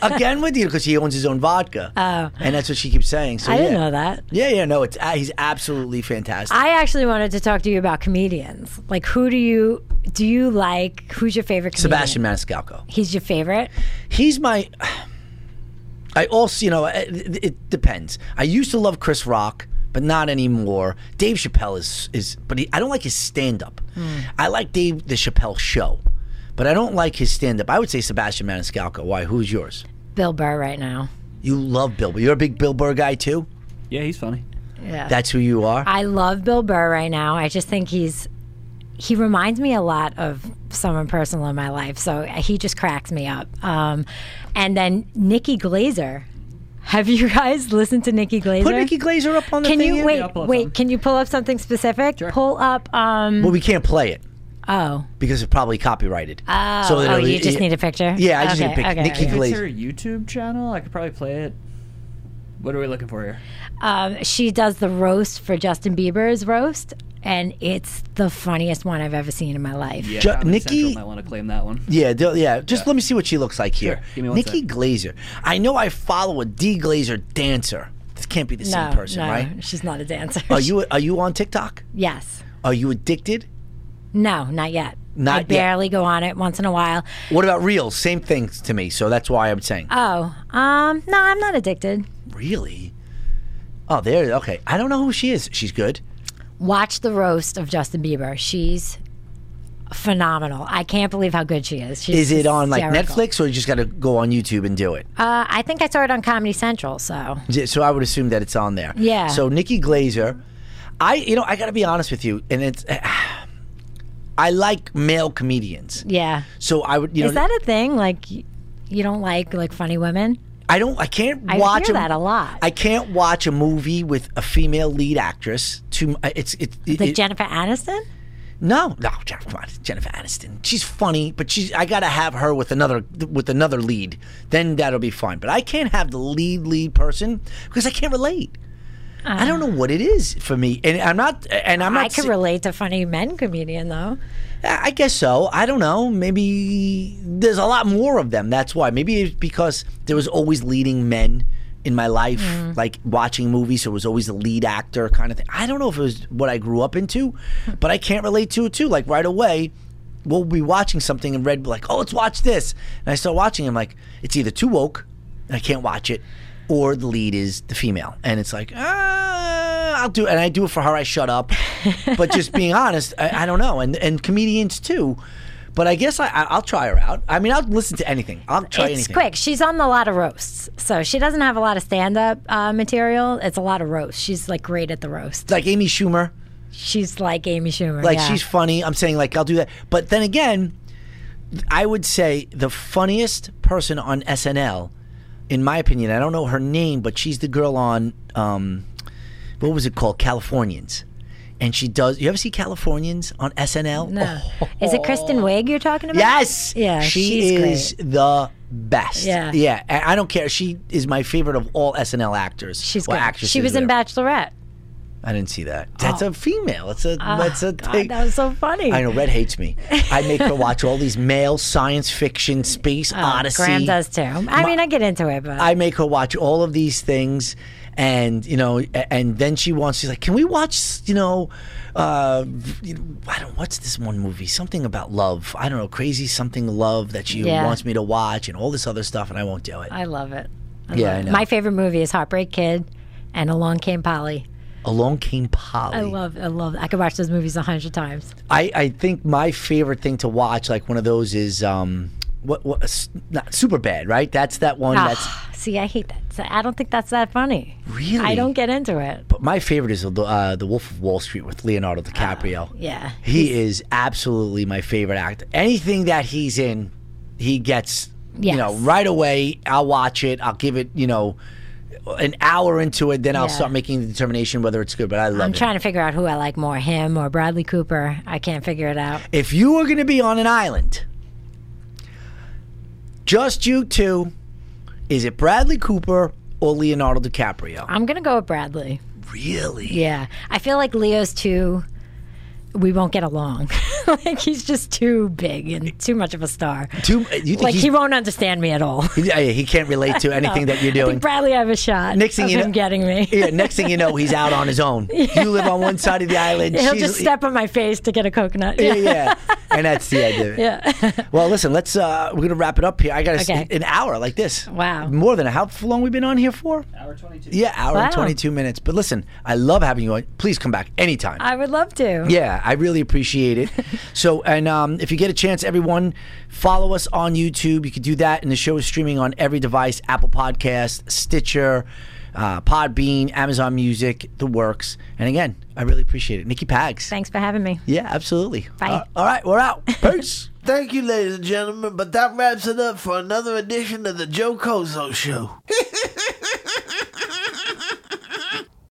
S1: again with you? Because he owns his own vodka. Oh. And that's what she keeps saying. So
S4: I didn't
S1: yeah.
S4: know that.
S1: Yeah, yeah, no, it's uh, he's absolutely fantastic.
S4: I actually wanted to talk to you about comedians. Like, who do you do you like? Who's your favorite? comedian?
S1: Sebastian Maniscalco.
S4: He's your favorite.
S1: he's my i also you know it, it depends i used to love chris rock but not anymore dave chappelle is is but he, i don't like his stand-up
S4: Hmm.
S1: i like dave the chappelle show but i don't like his stand-up i would say sebastian maniscalco why who's yours
S4: Bill Burr right now.
S1: you love bill burr you're a big bill burr guy too
S5: Yeah, he's funny.
S4: Yeah.
S1: that's who you are
S4: I love Bill Burr right now. I just think he's he reminds me a lot of someone personal in my life. So he just cracks me up. Um, and then Nikki Glazer. Have you guys listened to Nikki Glazer?
S1: put nikki glazer up on the
S4: can
S1: thing
S4: you
S1: here.
S5: I'll
S4: wait?
S5: pull up
S4: Wait,
S5: some.
S4: can you pull up something specific? Pull up. Um,
S1: well we can't play it
S4: Oh,
S1: because it's probably copyrighted.
S4: oh,
S1: So
S4: oh
S1: it'll-
S4: you just
S1: it-
S4: need a picture.
S1: Yeah, I just need a picture. Nikki
S5: If
S1: Glaze.
S5: it's her YouTube channel, I could probably play it. What are we looking for here?
S4: Um, she does the roast for Justin Bieber's roast, and it's the funniest one I've ever seen in my life.
S5: Yeah,
S1: Ju-
S5: Comedy
S1: Nikki-
S5: Central might want to claim that one.
S1: Yeah, do- yeah. Just let me see what she looks like here.
S5: Sure. Give me one
S1: Nikki
S5: sec.
S1: Glazer. I know I follow a D Glazer dancer. This can't be the
S4: No,
S1: same person,
S4: no,
S1: right?
S4: she's not a dancer.
S1: Are you are you on TikTok?
S4: Yes.
S1: Are you addicted?
S4: No, not yet.
S1: Not
S4: I
S1: yet.
S4: barely go on it once in a while.
S1: What about reels? Same things to me, so that's why I'm saying.
S4: Oh, um, no, I'm not addicted.
S1: really? Oh, there. Okay, I don't know who she is. She's good.
S4: Watch the roast of Justin Bieber. She's phenomenal. I can't believe how good she is. She's
S1: Is it on like
S4: hysterical.
S1: Netflix, or you just got to go on YouTube and do it?
S4: Uh, I think I saw it on Comedy Central. So
S1: Yeah, So I would assume that it's on there.
S4: Yeah.
S1: So Nikki Glazer, I you know I got to be honest with you, and it's I like male comedians,
S4: yeah,
S1: so I would you
S4: is
S1: know
S4: that a thing? Like, y- you don't like like funny women?
S1: I don't I can't
S4: I
S1: watch
S4: hear
S1: a-
S4: that a lot.
S1: I can't watch a movie with a female lead actress. To uh, it's it's it,
S4: Like
S1: it-
S4: Jennifer Aniston?
S1: no no Jennifer, come on, Jennifer Aniston. She's funny, but she's I gotta have her with another with another lead. Then that'll be fine. But I can't have the lead lead person because I can't relate. I don't know what it is for me, and I'm not. And I'm not.
S4: Ah. I could
S1: sa-
S4: relate to funny men comedian though.
S1: I I guess so. I don't know. Maybe there's a lot more of them. That's why. Maybe it's because there was always leading men in my life, like watching movies. So it was always the lead actor kind of thing. I don't know if it was what I grew up into, but I can't relate to it too. Like right away, we'll be watching something and Red be like, "Oh, let's watch this," and I start watching. I'm like, it's either too woke, and I can't watch it, or the lead is the female, and it's like, ah, I'll do, it. and I do it for her. I shut up, but just being honest, I, I don't know, and and comedians too. But I guess I, I- I'll try her out. I mean, I'll listen to anything. I'll try
S4: it's
S1: anything.
S4: quick. She's on a lot of roasts, so she doesn't have a lot of stand-up uh, material. It's a lot of roasts. She's like great at the roast.
S1: Like Amy Schumer,
S4: She's like Amy Schumer.
S1: like
S4: yeah.
S1: she's funny. I'm saying like I'll do that. But then again, I would say the funniest person on SNL, in my opinion, I don't know her name, but she's the girl on um, what was it called, Californians, and she does. You ever see Californians on SNL?
S4: No.
S1: Oh,
S4: Is it Kristen Wiig you're talking about?
S1: Yes.
S4: Yeah,
S1: She
S4: she's
S1: is the best.
S4: Yeah.
S1: Yeah. and I don't care. She is my favorite of all SNL actors.
S4: She's
S1: or
S4: good.
S1: actresses.
S4: She was in
S1: whatever.
S4: Bachelorette.
S1: I didn't see that. That's a female. It's a. that's a.
S4: Oh, God,
S1: thing.
S4: that was so funny.
S1: I know Red hates me. I make her watch all these male science fiction, space odyssey.
S4: Oh, Graham does too. I mean, I get into it, but
S1: I make her watch all of these things, and you know, a- and then she wants. She's like, "Can we watch? You know, uh, you know, I don't. What's this one movie? Something about love. I don't know. Crazy something love that she
S4: Yeah.
S1: wants me to watch, and all this other stuff, and I won't do it.
S4: I love it. I
S1: Yeah,
S4: love
S1: I
S4: it.
S1: know.
S4: My favorite movie is Heartbreak Kid, and Along Came Polly.
S1: Along came Polly.
S4: I love, I love. I could watch those movies a hundred times.
S1: I, I think my favorite thing to watch, like one of those, is um, what what s- not super bad, right? That's that one. That's
S4: Ah, see, I hate that. So I don't think that's that funny.
S1: Really?
S4: I don't get into it.
S1: but my favorite is the uh, the Wolf of Wall Street with Leonardo DiCaprio.
S4: Ah, Yeah.
S1: He is absolutely my favorite actor. Anything that he's in, he gets you
S4: Yes.
S1: know right away. I'll watch it. I'll give it you know an hour into it. Then I'll
S4: Yeah.
S1: start making the determination whether it's good. But I love
S4: I'm
S1: it.
S4: trying to figure out who I like more, him or Bradley Cooper. I can't figure it out.
S1: if you were going to be on an island, just you two, is it Bradley Cooper or Leonardo DiCaprio?
S4: I'm gonna go with Bradley.
S1: Really?
S4: Yeah, I feel like Leo's too. We won't get along. like he's just too big and too much of a star.
S1: Too, you think
S4: Like
S1: he's-
S4: he won't understand me at all.
S1: he, yeah, he can't relate to anything that you're
S4: I
S1: doing.
S4: think Bradley have a shot.
S1: Next thing
S4: of
S1: you
S4: him
S1: know-
S4: getting me.
S1: yeah, next thing you know, he's out on his own. You live on one side of the island.
S4: He'll
S1: she's-
S4: just step on my face to get a coconut.
S1: Yeah, yeah. And that's the idea.
S4: Yeah.
S1: Well, listen, let's uh we're gonna wrap it up here. I got to
S4: Okay.
S1: an hour like this.
S4: Wow.
S1: More than a, how long we been on here for?
S5: Hour 22.
S1: Yeah, hour and
S4: Wow.
S1: 22 minutes. But listen, I love having you on. Please come back anytime.
S4: I would love to.
S1: Yeah, I really appreciate it. so, and um, if you get a chance, everyone, follow us on YouTube. You can do that, and the show is streaming on every device: Apple Podcast, Stitcher, uh, Podbean, Amazon Music, the works. And again, I really appreciate it, Nikki Pags.
S4: Thanks for having me.
S1: yeah, absolutely.
S4: Bye.
S1: Uh, all right, we're out. Peace.
S3: Thank you, ladies and gentlemen, but that wraps it up for another edition of the Joe Cozo Show.